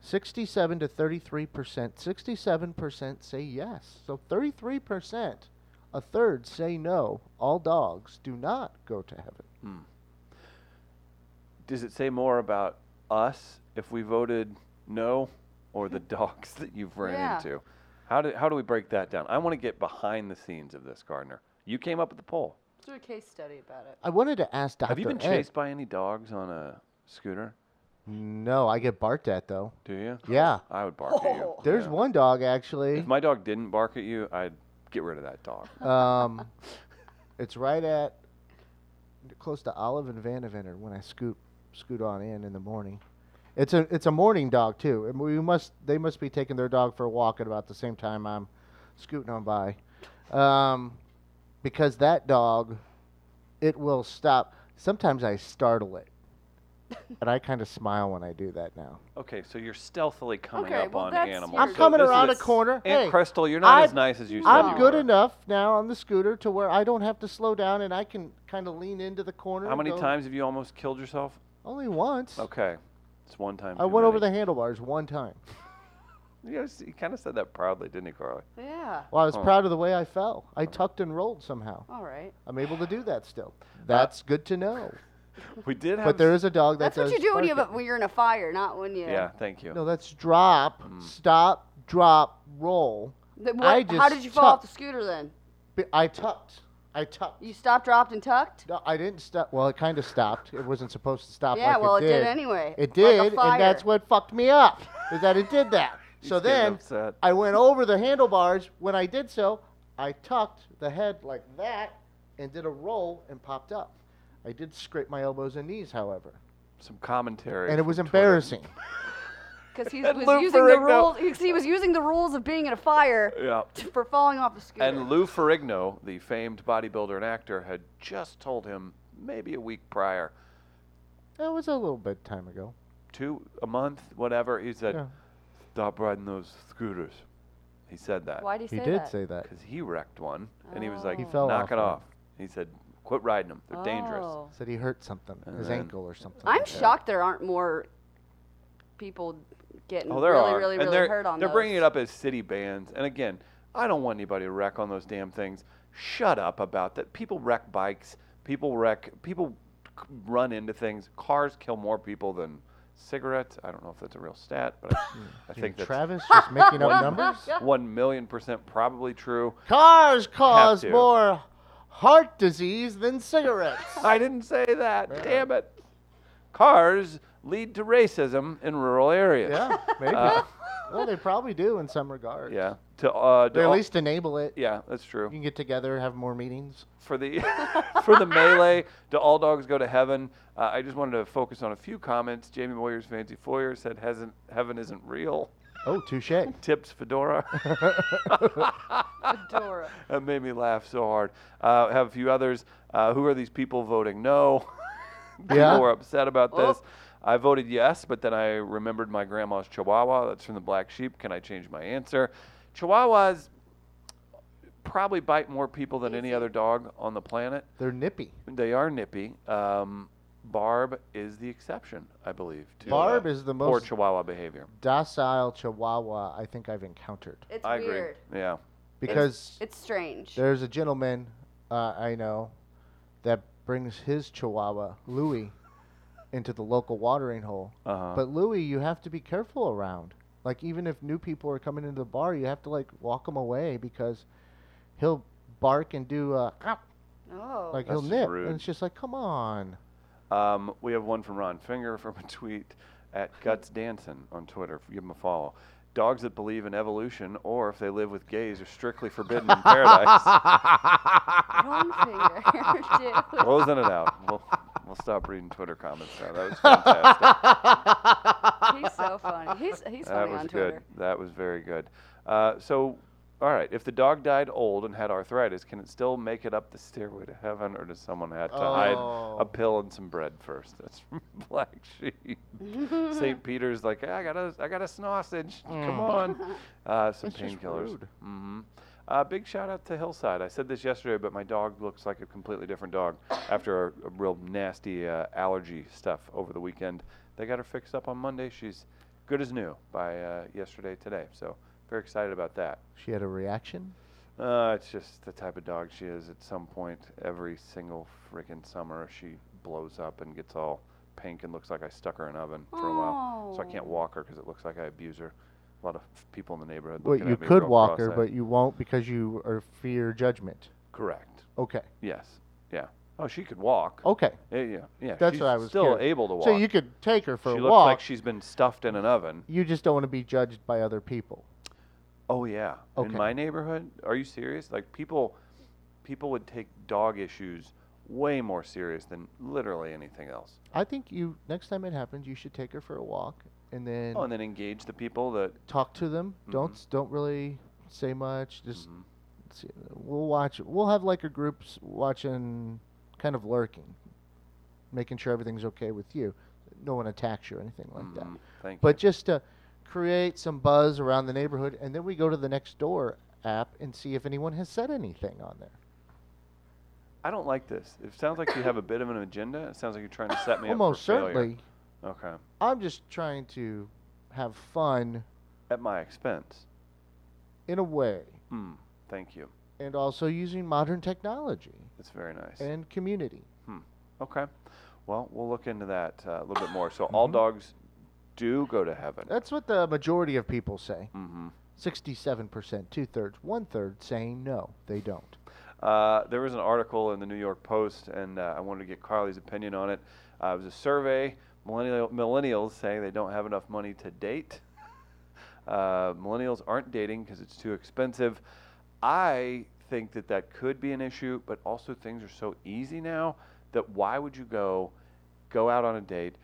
C: sixty-seven to thirty-three percent. Sixty-seven percent say yes. So thirty-three percent, a third say no. All dogs do not go to heaven.
A: Does it say more about us if we voted no or the dogs that you've ran
B: Yeah.
A: into? How do, how do we break that down? I want to get behind the scenes of this, Gardner. You came up with the poll.
B: Let's do a case study about it.
C: I wanted to ask Doctor.
A: Have you been chased by any dogs on a scooter?
C: No, I get barked at though.
A: Do you?
C: Yeah,
A: I would bark at
B: Oh.
A: you.
C: there's
A: Yeah.
C: one dog actually.
A: If my dog didn't bark at you, I'd get rid of that dog.
C: Um, it's right at close to Olive and Vanaventer when I scoot scoot on in in the morning. It's a it's a morning dog too, and we must they must be taking their dog for a walk at about the same time I'm scooting on by, um, because that dog, it will stop. Sometimes I startle it, and I kind of smile when I do that now.
A: Okay, so you're stealthily coming
B: Okay,
A: up
B: well,
A: on
B: that's
A: animals.
B: your-
C: I'm
A: So
C: coming
A: this
C: around a
A: is-
C: corner.
A: Aunt
C: hey,
A: Crystal, you're not
C: I'm-
A: as nice as you said
C: I'm
A: you
C: good
A: were.
C: enough now on the scooter to where I don't have to slow down and I can kind of lean into the corner.
A: How
C: and
A: many
C: go-
A: times have you almost killed yourself?
C: Only once.
A: Okay, it's one time.
C: I
A: too
C: went over the
A: many.
C: handlebars one time.
A: You, guys- you kind of said that proudly, didn't you, Carly?
B: Yeah.
C: Well, I was
A: Oh.
C: proud of the way I fell. I tucked and rolled somehow.
B: All right.
C: I'm able to do that still. That's good to know.
A: We did have.
C: But there is a dog that
B: That's what
C: does
B: you do when you
C: bark
B: have a, when you're in a fire, not when you.
A: Yeah, thank you.
C: at- No, that's drop, stop, drop, roll.
B: Then
C: I
B: what, how
C: just
B: did you fall off the
C: tucked.
B: scooter then?
C: B- I tucked. I tucked.
B: You stopped, dropped, and tucked.
C: No, I didn't stop. Well, it kind of stopped. It wasn't supposed to stop.
B: Yeah,
C: like
B: well,
C: it
B: it
C: did,
B: did anyway,
C: It
B: like a
C: did, and that's
B: fire.
C: what fucked me up. Is that it did that. so
A: He's getting
C: then
A: upset.
C: I went over the handlebars. When I did so, I tucked the head like that and did a roll and popped up. I did scrape my elbows and knees, however,
A: Some commentary.
C: and it
A: from
C: was
A: Twitter.
C: embarrassing.
B: Because he
A: And
B: was
A: Lou
B: using the
A: Ferrigno.
B: rules. He, he was using the rules of being in a fire
A: Yeah.
B: to- for falling off the scooter.
A: And Lou Ferrigno, the famed bodybuilder and actor, had just told him maybe a week prior,
C: That was a little bit time ago.
A: two a month, whatever. He said,
C: Yeah.
A: "Stop riding those scooters." He said that
B: Why did he
C: He
B: say
C: did
B: that?
C: say that.
A: because he wrecked one, and he was like,
B: He
C: fell
A: "Knock
C: off
A: it
C: one.
A: off." He said, "Quit riding them. They're dangerous."
B: Oh.
C: Said he hurt something,
A: And
C: his
A: then-
C: ankle or something.
B: I'm
C: like that.
B: shocked there aren't more people getting
A: Oh, there
B: really,
A: are.
B: really,
A: and
B: really
A: they're,
B: hurt on
A: They're
B: those.
A: bringing it up as city bans. And again, I don't want anybody to wreck on those damn things. Shut up about that. People wreck bikes. People wreck. People c- run into things. Cars kill more people than cigarettes. I don't know if that's a real stat, but I, I
C: Dude,
A: think that's
C: Travis just making up numbers.
A: one million percent probably true.
C: Cars cause
A: to.
C: more heart disease than cigarettes.
A: I didn't say that. Damn it. Cars lead to racism in rural areas.
C: Yeah, maybe. well, they probably do in some regards.
A: Uh, Yeah. To, uh, to
C: They at
A: all-
C: least enable it.
A: Yeah, that's true.
C: You can get together, have more meetings.
A: for the for the melee. Do all dogs go to heaven? Uh, I just wanted to focus on a few comments. Jamie Moyer's Fancy Foyer said, hasn't, "Heaven isn't real."
C: Oh, touche.
A: Tips Fedora.
B: Fedora.
A: that made me laugh so hard. Uh, have a few others. Uh, who are these people voting no? people
C: Yeah.
A: were upset about
B: Oh.
A: this. I voted yes, but then I remembered my grandma's Chihuahua. That's from the Black Sheep. Can I change my answer? Chihuahuas probably bite more people than any other dog on the planet.
C: They're nippy.
A: They are nippy. Um, Barb is the exception, I believe. To,
C: Barb is the
A: poor
C: most
A: Chihuahua behavior.
C: docile Chihuahua I think I've encountered
B: It's
A: I
B: weird.
A: agree. Yeah.
C: because
B: It's strange.
C: there's a gentleman uh, I know that brings his Chihuahua Louis into the local watering hole.
A: Uh-huh.
C: But Louis, you have to be careful around. Like even if new people are coming into the bar, you have to like walk him away because he'll bark and do uh, "Ow,"
B: Oh.
C: like
A: That's
C: he'll
A: just
C: nip,
A: rude.
C: and it's just like, come on.
A: Um, we have one from Ron Finger from a tweet at Guts Danson on Twitter. Give him a follow. Dogs that believe in evolution or if they live with gays are strictly forbidden in paradise.
B: Wrong finger. Dude.
A: Closing it out. We'll, we'll stop reading Twitter comments now. That was fantastic.
B: He's so funny. He's he's
A: that
B: funny
A: was
B: on
A: good.
B: Twitter.
A: That was very good. Uh, so, all right. If the dog died old and had arthritis, can it still make it up the stairway to heaven, or does someone have to hide a
C: Oh.
A: pill and some bread first? That's from Black Sheep. St. Peter's like, "Hey, I got a, I got a sausage. Come on, uh, some
C: That's just
A: painkillers.
C: rude.
A: hmm Uh, big shout out to Hillside. I said this yesterday, but my dog looks like a completely different dog after a, a real nasty uh, allergy stuff over the weekend. They got her fixed up on Monday. She's good as new by uh, yesterday, today. So very excited about that.
C: She had a reaction.
A: Uh, it's just the type of dog she is. At some point, every single freaking summer, she blows up and gets all pink and looks like I stuck her in an oven for a while. So I can't
B: Oh.
A: walk her because it looks like I abuse her. A lot of people in the neighborhood.
C: Well,
A: looking
C: you
A: at me
C: could
A: real
C: walk her,
A: cross-eyed.
C: but you won't because you are fear judgment.
A: correct.
C: Okay.
A: Yes. Yeah. Oh, she could walk.
C: Okay.
A: Yeah. Yeah. yeah.
C: That's
A: she's
C: what I was.
A: still
C: curious.
A: able to walk.
C: So you could take her for
A: she
C: a
A: looks
C: walk.
A: like she's been stuffed in an oven.
C: you just don't want to be judged by other people.
A: Oh yeah. In
C: Okay.
A: my neighborhood, are you serious? Like people, people would take dog issues way more serious than literally anything else.
C: I think you next time it happens, you should take her for a walk and then
A: Oh, and then Mm-hmm. engage the people that.
C: talk to them. Don't s- don't really say much. Just
A: Mm-hmm.
C: see, we'll watch. We'll have like a group s- watching, kind of lurking, making sure everything's okay with you. No one attacks you or anything like that.
A: Mm, Thank
C: But just to create some buzz around the neighborhood, and then we go to the next door app and see if anyone has said anything on there.
A: you. I don't like this. It sounds like you have a bit of an agenda. It sounds like you're trying to set me
C: Almost
A: up for failure.
C: certainly,
A: Okay.
C: I'm just trying to have fun
A: At my expense.
C: in a way,
A: Hmm. Thank you.
C: and also using modern technology
A: That's very nice.
C: and community.
A: Okay. Well, we'll look into that uh, a little bit more. So
C: Mm-hmm.
A: all dogs do go to heaven.
C: That's what the majority of people say.
A: Mm-hmm.
C: 67%, two thirds, one third saying no, they don't.
A: Uh, there was an article in the New York Post, and uh, I wanted to get Carly's opinion on it. Uh, it was a survey. Millennial, millennials say they don't have enough money to date. Uh, millennials aren't dating because it's too expensive. I think that that could be an issue, but also things are so easy now that why would you go, go out on a date,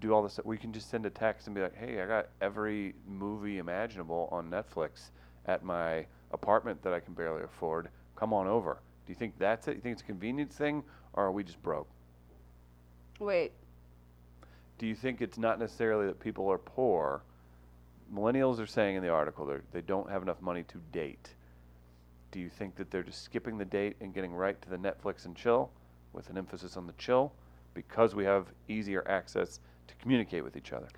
A: do all this stuff? We can just send a text and be like, hey, I got every movie imaginable on Netflix at my apartment that I can barely afford. Come on over. Do you think that's it? You think it's a convenience thing, or are we just broke?
B: Wait.
A: do you think it's not necessarily that people are poor? Millennials are saying in the article they're- they don't have enough money to date. Do you think that they're just skipping the date and getting right to the Netflix and chill, with an emphasis on the chill, because we have easier access to communicate with each other?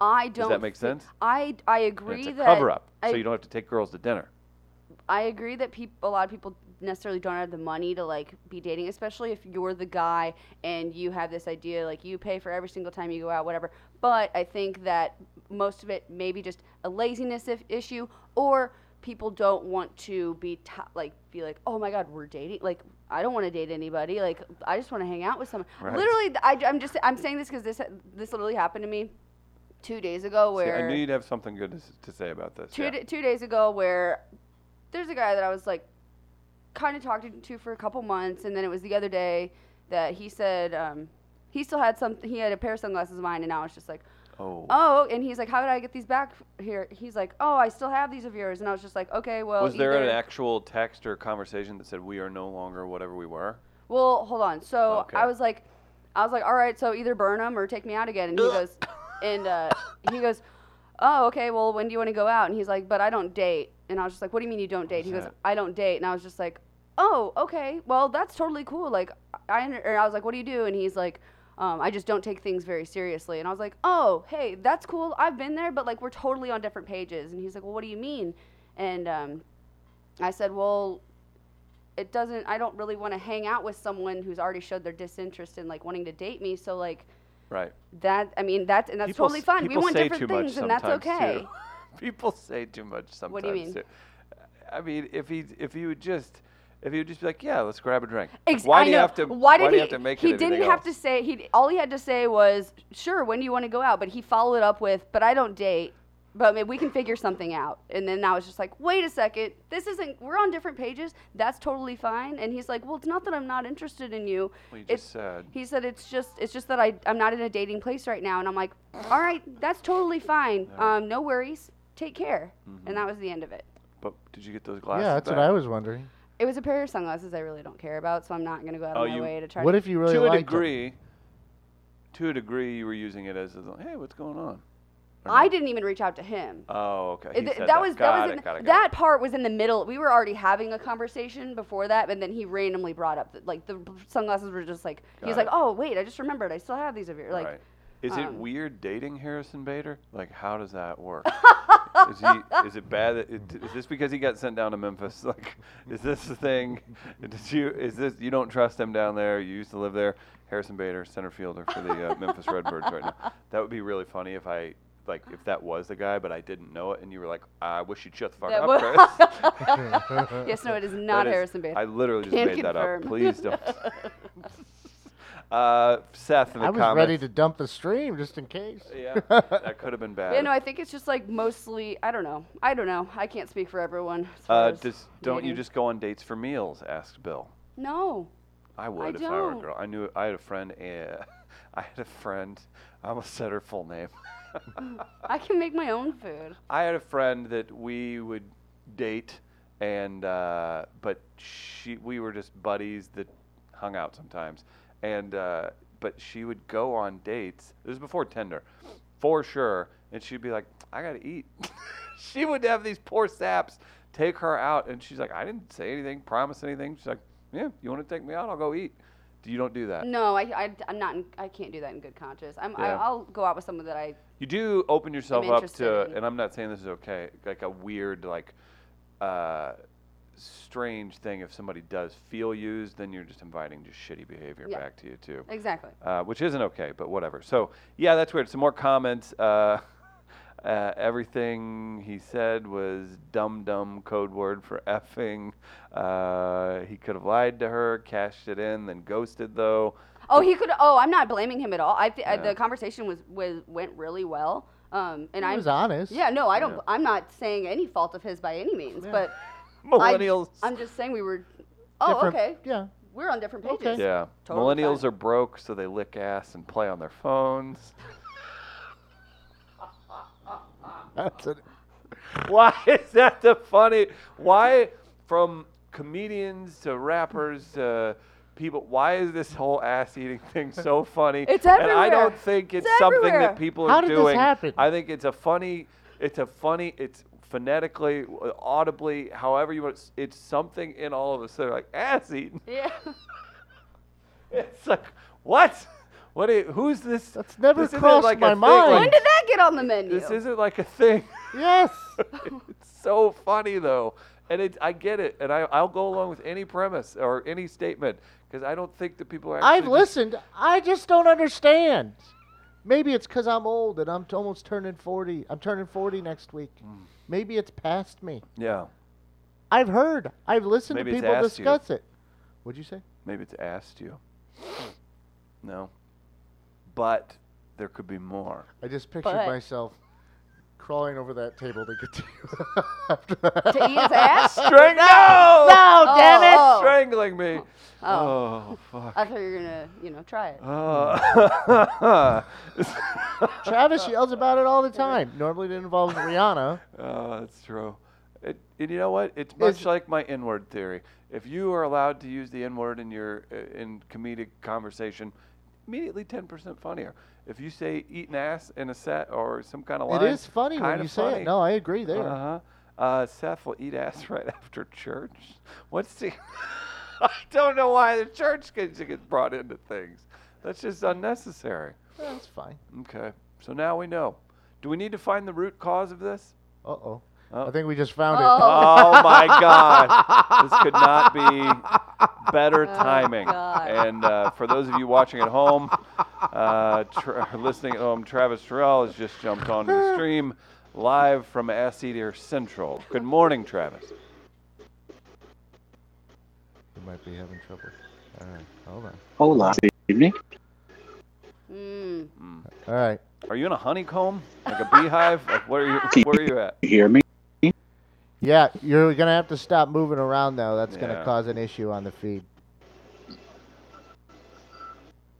B: I don't.
A: make
B: thi-
A: sense?
B: I I
A: And
B: agree
A: it's a
B: that
A: cover up,
B: I,
A: so you don't have to take girls to dinner.
B: I agree that peop- a lot of people necessarily don't have the money to like be dating, especially if you're the guy and you have this idea like you pay for every single time you go out, whatever. But I think that most of it may be just a laziness if- issue, or people don't want to be t- like be like, oh my god, we're dating. Like I don't want to date anybody. Like I just want to hang out with someone.
A: Right.
B: Literally, th- I, am just I'm saying this because this this literally happened to me two days ago
A: See,
B: where
A: I knew you'd have something good to, s- to say about this.
B: two,
A: yeah.
B: d- two days ago where there's a guy that I was like kind of talking to for a couple months, and then it was the other day that he said um, he still had some. He had a pair of sunglasses of mine, and I was just like,
A: Oh.
B: oh, and he's like, how did I get these back here? He's like, oh, I still have these of yours. And I was just like, okay, well.
A: Was there an
B: oh, either-
A: actual text or conversation that said we are no longer whatever we were?
B: Well, hold on. So
A: Okay.
B: I was like, I was like, all right, so either burn them or take me out again. And he goes, and uh, he goes, oh, okay. Well, when do you want to go out? And he's like, but I don't date. And I was just like, what do you mean you don't date? He goes,
A: that?
B: I don't date. And I was just like, oh, okay. Well, that's totally cool. Like, I under- or I was like, what do you do? And he's like. Um, I just don't take things very seriously. And I was like, oh, hey, that's cool. I've been there, but like, we're totally on different pages. And he's like, well, what do you mean? And um, I said, well, it doesn't i don't really want to hang out with someone who's already showed their disinterest in like wanting to date me so like
A: Right.
B: that i mean that's and that's
A: People
B: totally
A: s-
B: fine we
A: people
B: want
A: say
B: different
A: too much
B: things and that's
A: sometimes,
B: okay
A: too. people say too much sometimes.
B: do you mean?
A: too. I mean, if he if he would just if he would just be like, yeah, let's grab a drink.
B: Ex-
A: why
B: I
A: do you
B: know.
A: have to?
B: Why did
A: do
B: he?
A: you have to make
B: he
A: it? anything
B: didn't have to
A: else?
B: say. He all he had to say was, "Sure, when do you want to go out?" But he followed it up with, "But I don't date." But I mean, we can figure something out. And then I was just like, "Wait a second, this isn't. We're on different pages. That's totally fine." And he's like, "Well, it's not that I'm not interested in you.
A: Well, you
B: It-
A: just said.
B: He said it's just it's just that I I'm not in a dating place right now. And I'm like, "All right, that's totally fine. Um, no worries. Take care."
A: Mm-hmm.
B: And that was the end of it.
A: But did you get those glasses?
C: yeah, that's
A: back?
C: what I was wondering.
B: It was a pair of sunglasses I really don't care about, so I'm not gonna go out
A: Oh,
B: of my
A: you-
B: way to try.
C: What
B: to
C: if you really
A: to a
C: liked him?
A: degree. To a degree, you were using it as, a, hey, what's going on? Or
B: I
A: not?
B: didn't even reach out to him.
A: Oh, okay.
B: It-
A: He
B: th-
A: said
B: that was
A: Got
B: that was
A: it,
B: in,
A: got it, got it.
B: that part was in the middle. We were already having a conversation before that, and then he randomly brought up that, like the b- sunglasses were just like he was
A: Got
B: like,
A: it.
B: "Oh wait, I just remembered. I still have these of yours." Like,
A: right. Is it
B: um,
A: weird dating Harrison Bader? Like, how does that work? is he? Is it bad? That, it- is this because he got sent down to Memphis? Like, is this the thing? Did you? Is this? You don't trust him down there? You used to live there. Harrison Bader, center fielder for the uh, Memphis Redbirds right now. That would be really funny if I. Like if that was the guy, but I didn't know it, and you were like, "I wish you'd shut the fuck
B: That
A: up,
B: was-
A: Chris."
B: yes, no, it is not
A: That is-
B: Harrison Bader.
A: I literally just
B: Can
A: made that up.
B: confirm.
A: Please don't. uh, Seth in the
C: I was
A: comments.
C: ready to dump the stream just in case.
A: Yeah, that could have been bad.
B: yeah, no, I think it's just like mostly. I don't know. I don't know. I can't speak for everyone. as far
A: uh,
B: as
A: does, don't you
B: dating.
A: just go on dates for meals? Asked Bill.
B: no?
A: I would if I were a
B: don't.
A: girl. I knew I had a friend. Uh, I had a friend. I almost said her full name.
B: I can make my own food.
A: I had a friend that we would date, and uh, but she we were just buddies that hung out sometimes, and uh, but she would go on dates. It was before Tinder, for sure, and she'd be like, "I gotta eat." she would have these poor saps take her out, and she's like, "I didn't say anything, promise anything." She's like, "Yeah, you want to take me out? I'll go eat." Do you don't do that?
B: No, I, I am not. In, I can't do that in good conscience. I'm, I,
A: Yeah.
B: I'll go out with someone that I
A: You do open yourself up to,
B: interested in-
A: and I'm not saying this is okay, like a weird, like, uh, strange thing. If somebody does feel used, then you're just inviting just shitty behavior
B: Yeah.
A: back to you too,
B: exactly.
A: uh, which isn't okay. But whatever. So yeah, that's weird. Some more comments. Uh, uh, everything he said was dumb dumb code word for effing. Uh, he could have lied to her, cashed it in, then ghosted though.
B: Oh, he could. Oh, I'm not blaming him at all. I, th- I
A: Yeah.
B: the conversation was, was went really well. Um, and
C: He
B: I'm
C: was honest.
B: yeah, no, I don't.
A: Yeah.
B: I'm not saying any fault of his by any means,
C: Yeah.
B: but I-
A: Millennials.
B: I'm just saying we were. Oh,
C: Different-
B: okay.
C: Yeah.
B: We're on different
C: Okay.
B: pages.
A: Yeah.
B: Totally
A: Millennials
B: fine.
A: are broke, so they lick ass and play on their phones.
C: That's it.
A: Why is that the funny? Why, from comedians to rappers to people, why is this whole ass eating thing so funny?
B: It's
A: And I
B: everywhere.
A: don't think it's,
B: It's
A: something
B: everywhere.
A: that people are
C: How did this
A: doing.
C: happen?
A: I think it's a funny. It's a funny. It's phonetically, audibly, however you want. It's, it's something in all of us that are like ass eating.
B: Yeah.
A: It's like what? What? Are, who's this?
C: That's never
A: this isn't
C: crossed
A: like a
C: my
A: thing,
C: mind.
A: like-
B: when did that get on the menu?
A: This isn't like a thing.
C: Yes.
A: it's so funny though, and it, I get it, and I, I'll go along with any premise or any statement because I don't think that people are. Actually
C: I've
A: just-
C: listened. I just don't understand. Maybe it's because I'm old and I'm t- almost turning 40. I'm turning 40 next week.
A: Hmm.
C: Maybe it's past me.
A: yeah,
C: I've heard. I've listened
A: Maybe
C: to
A: it's
C: people
A: asked you.
C: discuss it. What'd you say?
A: maybe it's asked you.
C: Hmm.
A: No, but there could be more.
C: I just pictured
B: But-
C: myself crawling over that table to get to you after that.
B: to eat his ass.
A: Strang- no!
C: No, damn it!
B: Oh.
A: Strangling me.
B: Oh.
A: oh fuck.
B: I thought you were gonna, you know, try it.
A: Uh-huh. Uh,
C: Travis yells about it all the time. Normally it involves Rihanna.
A: Oh, that's true. It, and you know what? It's much like my N word theory. If you are allowed to use the N word in your uh, in comedic conversation, immediately 10% funnier. If you say eating ass in a set or some kind of line,
C: It is funny when
A: kinda
C: you say
A: funny.
C: it. No, I agree there.
A: Uh-huh. Uh, Seth will eat ass right after church. What's the? I don't know why the church gets gets brought into things. That's just unnecessary.
C: That's fine.
A: Okay, so now we know. Do we need to find the root cause of this?
C: Uh oh.
A: Oh.
C: I think we just found
B: Oh.
A: Oh my God! This could not be better timing.
B: God.
A: and uh, for those of you watching at home, uh, tra- or listening at home, Travis Terrell has just jumped onto the stream live from Ass Eater Central. Good morning, Travis.
C: it. We might be having trouble. All right. Hold on.
E: Hola. Good evening.
B: Mm.
C: All right.
A: Are you in a honeycomb, like a beehive? Like where are you? Where are you at?
E: You hear me?
C: Yeah, you're gonna have to stop moving around though. That's
A: Yeah.
C: gonna cause an issue on the feed.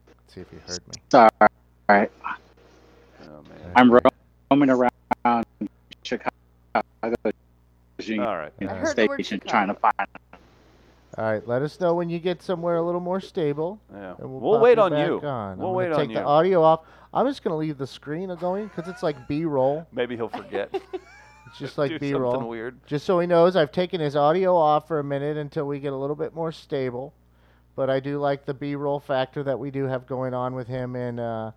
C: Let's see if you heard me.
E: Sorry.
A: Oh man.
E: I'm roaming around Chicago.
A: All right.
B: Uh, I
C: Yeah.
B: heard the word
E: Station trying to
B: Chicago.
E: find
C: All right, let us know when you get somewhere a little more stable.
A: Yeah.
C: and
A: We'll,
C: we'll, pop
A: wait
C: you
A: on
C: back
A: you.
C: On.
A: We'll
C: I'm
A: wait
C: gonna
A: on
C: take the
A: you.
C: audio off. I'm just gonna leave the screen going because it's like B-roll.
A: Maybe he'll forget.
C: It's just
A: Do
C: like
A: something
C: B-roll.
A: weird.
C: Just so he knows, I've taken his audio off for a minute until we get a little bit more stable. But I do like the B-roll factor that we do have going on with him. In uh,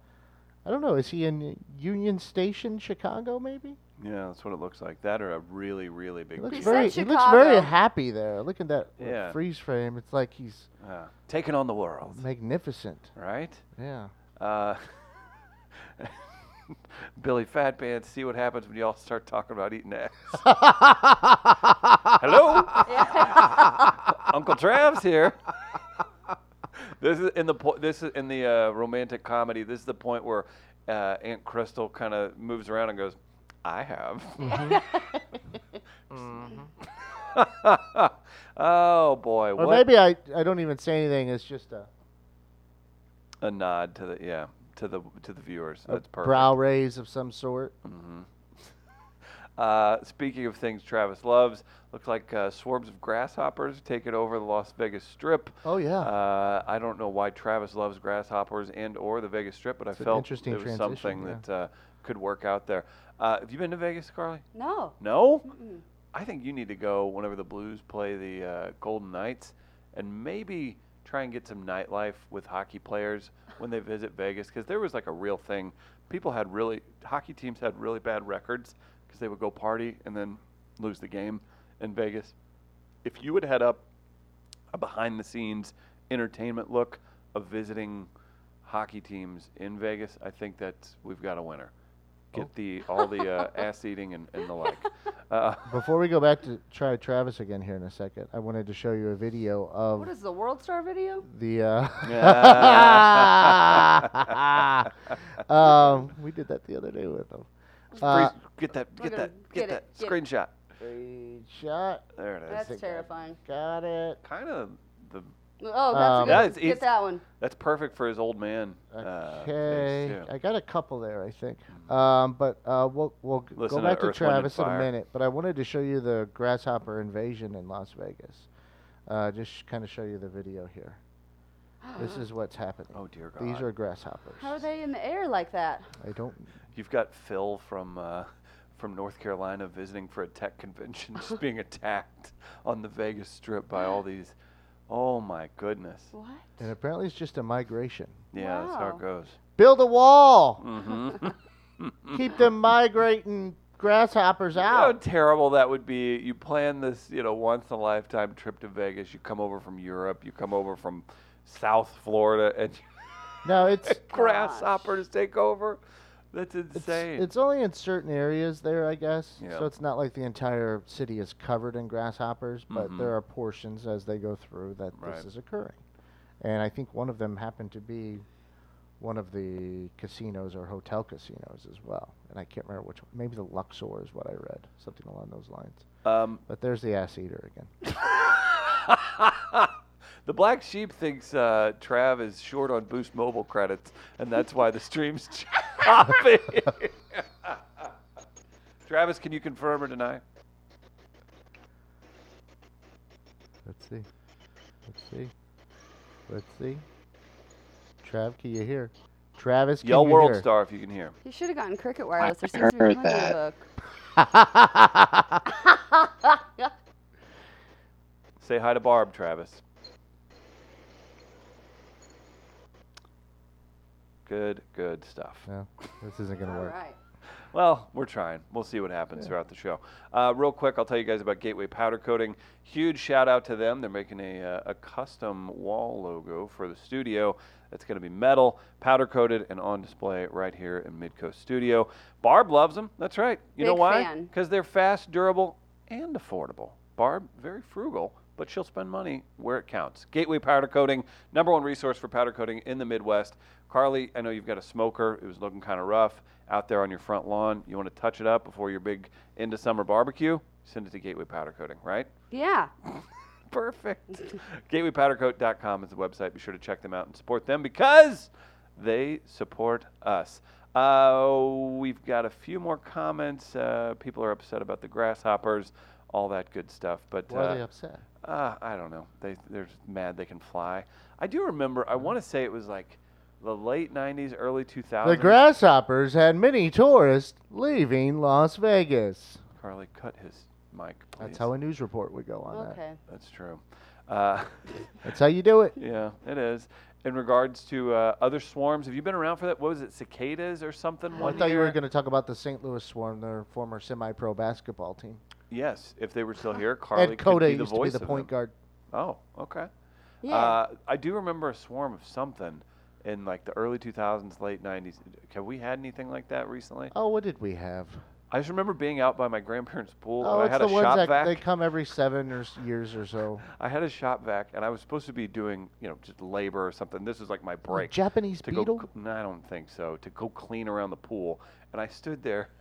C: I don't know, is he in Union Station, Chicago? Maybe.
A: Yeah, that's what it looks like. That or a really, really
C: He
A: big
C: looks
A: beehive.
B: said
C: very. He looks very
B: Chicago.
C: happy there. Look at that like,
A: Yeah.
C: freeze frame. It's like he's
A: Yeah. Taking on the world,
C: magnificent.
A: right?
C: Yeah.
A: Uh, Billy Fat Pants, see what happens when y'all start talking about eating ass. Hello? Uncle Trav's here. This is in the po- this is in the uh, romantic comedy. This is the point where uh, Aunt Crystal kind of moves around and goes, "I have." oh boy,
C: Or
A: what
C: maybe I, I don't even say anything. It's just a,
A: a nod to the yeah to the to the viewers.
C: a
A: That's perfect.
C: brow raise of some sort.
A: Uh, speaking of things Travis loves, looks like uh, swarms of grasshoppers taking over the Las Vegas Strip.
C: Oh yeah.
A: Uh, I don't know why Travis loves grasshoppers and or the Vegas Strip, but I
C: an
A: felt
C: interesting
A: there was
C: transition,
A: something
C: yeah.
A: that uh, could work out there. Uh, have you been to Vegas, Carly?
B: No.
A: No. I think you need to go whenever the Blues play the uh, Golden Knights, and maybe try and get some nightlife with hockey players when they visit Vegas, because there was like a real thing. People had really hockey teams had really bad records because they would go party and then lose the game in Vegas. If you would head up a behind the scenes entertainment look of visiting hockey teams in Vegas, I think that we've got a winner. Get the all the uh, ass eating and, and the like. Uh,
C: Before we go back to try Travis again here in a second, I wanted to show you a video of
B: What is the World Star video?
C: the.
A: Yeah.
C: Uh, um, we did that the other day with them. Uh,
A: freeze- get that,
B: we're
A: get
B: gonna
A: that, get,
B: get it,
A: that
B: get it.
A: screenshot.
C: shot.
A: There it is.
B: That's
C: think I-
B: terrifying.
C: Got it.
A: kind of the.
B: Oh, that's
C: Um,
B: a
A: Yeah,
B: good. one.
A: it's- it's-
B: Get that one.
A: That's perfect for his old man. uh, face,
C: Okay,
A: too.
C: I got a couple there, I think. Um, but uh, we'll we'll g-
A: Listen
C: go
A: to
C: back to,
A: Earth, Wind, and
C: Travis in a
A: Fire.
C: minute. But I wanted to show you the grasshopper invasion in Las Vegas. Uh, just kind of show you the video here. this is what's happening.
A: Oh dear God.
C: These are grasshoppers.
B: How are they in the air like that?
C: I don't.
A: You've got Phil from uh, from North Carolina visiting for a tech convention, just being attacked on the Vegas Strip by all these. Oh my goodness!
B: What?
C: And apparently, it's just a migration.
A: Yeah, that's how
B: Wow.
A: it goes.
C: Build a wall.
A: Mm-hmm.
C: Keep them migrating grasshoppers
A: How
C: out.
A: terrible that would be! You plan this, you know, once in a lifetime trip to Vegas. You come over from Europe. You come over from South Florida, and
C: No, it's
A: grasshoppers take over. That's
C: it's,
A: insane.
C: it's only in certain areas there, I guess.
A: Yeah.
C: So it's not like the entire city is covered in grasshoppers, but
A: Mhm.
C: there are portions as they go through that
A: Right.
C: this is occurring. And I think one of them happened to be one of the casinos or hotel casinos as well. And I can't remember which one. Maybe the Luxor is what I read, something along those lines.
A: um,
C: But there's the ass eater again.
A: The black sheep thinks uh, Trav is short on Boost Mobile credits, and that's why the stream's choppy. Travis, can you confirm or deny?
C: Let's see. Let's see. Let's see. Trav, can you hear? Travis, can
A: Yell
C: you
A: World
C: hear?
A: Star if you can hear.
B: You should have gotten Cricket Wireless. There
E: I
B: seems to be
E: heard
B: plenty
E: that.
B: of uh,
A: Say hi to Barb, Travis. Good, good stuff.
C: no, this isn't gonna
B: All
C: work.
B: right.
A: Well, we're trying. We'll see what happens throughout the show. Uh, real quick, I'll tell you guys about Gateway Powder Coating. Huge shout out to them. They're making a, uh, a custom wall logo for the studio. That's going to be metal, powder coated, and on display right here in Midcoast Studio. Barb loves them. That's right. You know
B: Big
A: why?
B: fan.
A: Because they're fast, durable, and affordable. Barb, very frugal, but she'll spend money where it counts. Gateway Powder Coating, number one resource for powder coating in the Midwest. Carly, I know you've got a smoker. It was looking kind of rough out there on your front lawn. You want to touch it up before your big end of summer barbecue? Send it to Gateway Powder Coating, right?
B: Yeah.
A: Perfect. GatewayPowderCoat.com is the website. Be sure to check them out and support them because they support us. Uh, we've got a few more comments. Uh, people are upset about the grasshoppers, all that good stuff. But
C: Why are they
A: uh,
C: upset?
A: uh, I don't know. They they're just mad they can fly. I do remember. I want to say it was like the late '90s, early 2000s.
C: The grasshoppers had many tourists leaving Las Vegas.
A: Carly cut his mic. Please.
C: That's how a news report would go on that.
B: Okay.
A: That's true. Uh,
C: That's how you do it.
A: Yeah, it is. In regards to uh, other swarms, have you been around for that? What was it, cicadas or something?
C: I
A: One
C: thought you were
A: year?
C: going to talk about the St. Louis Swarm, their former semi-pro basketball team.
A: Yes, if they were still here, Carly
C: Ed
A: could
C: Cota
A: be the
C: used to be
A: voice
C: the
A: of
C: point
A: them.
C: guard.
A: Oh, okay.
B: Yeah.
A: Uh, I do remember a swarm of something in like the early 2000s, late 90s. Have we had anything like that recently?
C: Oh, what did we have?
A: I just remember being out by my grandparents' pool.
C: Oh,
A: and I
C: it's
A: had
C: the
A: a
C: ones
A: shop
C: that
A: vac.
C: they come every seven or s- years or so.
A: I had a shop vac, and I was supposed to be doing, you know, just labor or something. This was like my break.
C: Japanese
A: to
C: beetle.
A: go. cl- No, I don't think so. To go clean around the pool, and I stood there.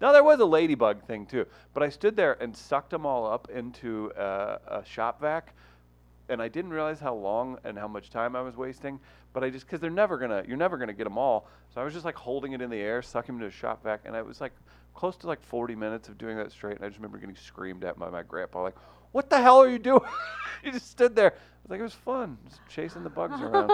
A: Now there was a ladybug thing too, but I stood there and sucked them all up into uh, a shop vac, and I didn't realize how long and how much time I was wasting. But I just because they're never gonna, you're never gonna get them all. So I was just like holding it in the air, sucking them into a shop vac, and it was like close to like 40 minutes of doing that straight. And I just remember getting screamed at by my grandpa, like, "What the hell are you doing?" you just stood there. I was like, it was fun, just chasing the bugs around.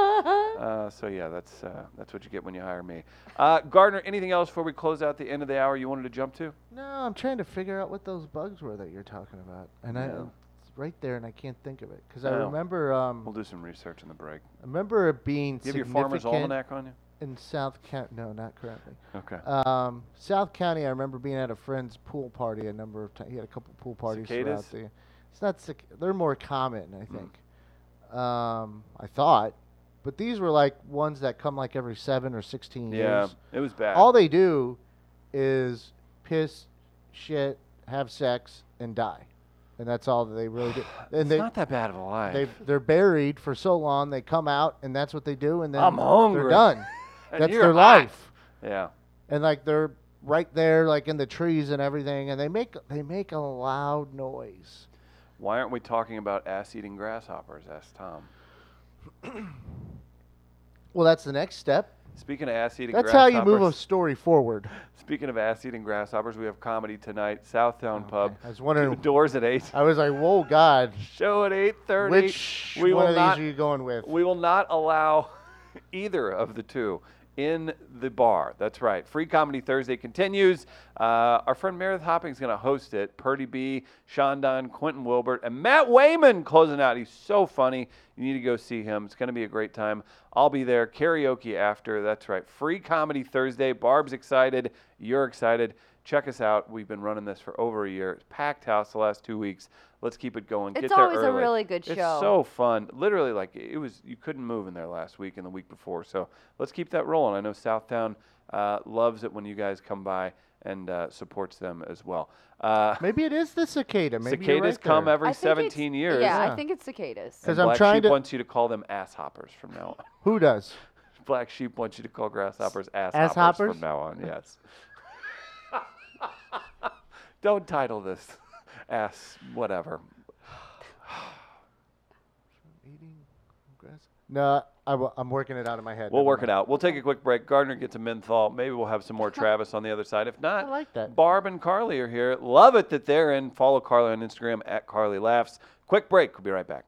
A: Uh, so yeah, that's uh, that's what you get when you hire me. Uh, Gardner, anything else before we close out the end of the hour you wanted to jump to?
C: No, I'm trying to figure out what those bugs were that you're talking about, and I
A: Yeah.
C: it's right there, and I can't think of it because I
A: No.
C: remember um,
A: We'll do some research in the break.
C: I remember it being
A: Do you have your
C: significant
A: farmer's almanac on you?
C: in South County. No, not currently.
A: Okay.
C: Um, South County, I remember being at a friend's pool party a number of times. He had a couple pool parties
A: Cicadas? Hmm.
C: throughout the. It's not cic- They're more common, I think. Um, I thought, but these were like ones that come like every seven or sixteen
A: yeah,
C: years.
A: it was bad.
C: All they do is piss, shit, have sex, and die, and that's all that they really do. And
A: it's
C: they
A: not that bad of a life.
C: they they're buried for so long. They come out, and that's what they do, and then
A: I'm hungry.
C: they're done.
A: And
C: that's
A: you're
C: their
A: hot.
C: life
A: Yeah.
C: and like they're right there like in the trees and everything and they make they make a loud noise
A: Why aren't we talking about ass-eating grasshoppers? Asked Tom.
C: well that's the next step
A: Speaking of ass-eating
C: that's how
A: grasshoppers,
C: you move a story forward
A: speaking of ass-eating grasshoppers, we have comedy tonight, Southtown Pub.
C: i was wondering
A: Doors at eight.
C: i was like whoa god
A: Show at eight thirty.
C: which
A: we
C: one
A: will
C: of
A: not
C: these are you going with
A: We will not allow either of the two in the bar. That's right. Free Comedy Thursday continues. Uh, our friend Meredith Hopping is going to host it. Purdy B, Sean Don, Quentin Wilbert, and Matt Wayman closing out. He's so funny. You need to go see him. It's going to be a great time. I'll be there. Karaoke after. That's right. Free Comedy Thursday. Barb's excited. You're excited. Check us out. We've been running this for over a year. It's packed house the last two weeks. Let's keep it going.
B: It's
A: Get there
B: always a
A: early.
B: really good
A: It's
B: show.
A: so so fun. Literally, like it was, you couldn't move in there last week and the week before. So let's keep that rolling. I know Southtown uh, loves it when you guys come by and uh, supports them as well. Uh,
C: maybe it is the cicada maybe
A: cicadas come every
B: I think it's-
A: 17 years.
B: Yeah,
C: Yeah.
B: I think it's cicadas.
A: and
C: 'Cause I'm
A: Black
C: trying
A: Sheep
C: to-
A: wants you to call them asshoppers from now on.
C: who does
A: Black Sheep wants you to call grasshoppers asshoppers,
C: Asshoppers?
A: from now on. Yes. Don't title this ass whatever.
C: eating Grass? No, I, am working it out in my head.
A: We'll
C: Never
A: work it
C: mind.
A: out. We'll take a quick break. Gardner gets a menthol. Maybe we'll have some more Travis on the other side. If not,
C: I like that.
A: Barb and Carly are here. Love it that they're in. Follow Carly on Instagram at Carly Laughs. Quick break. We'll be right back.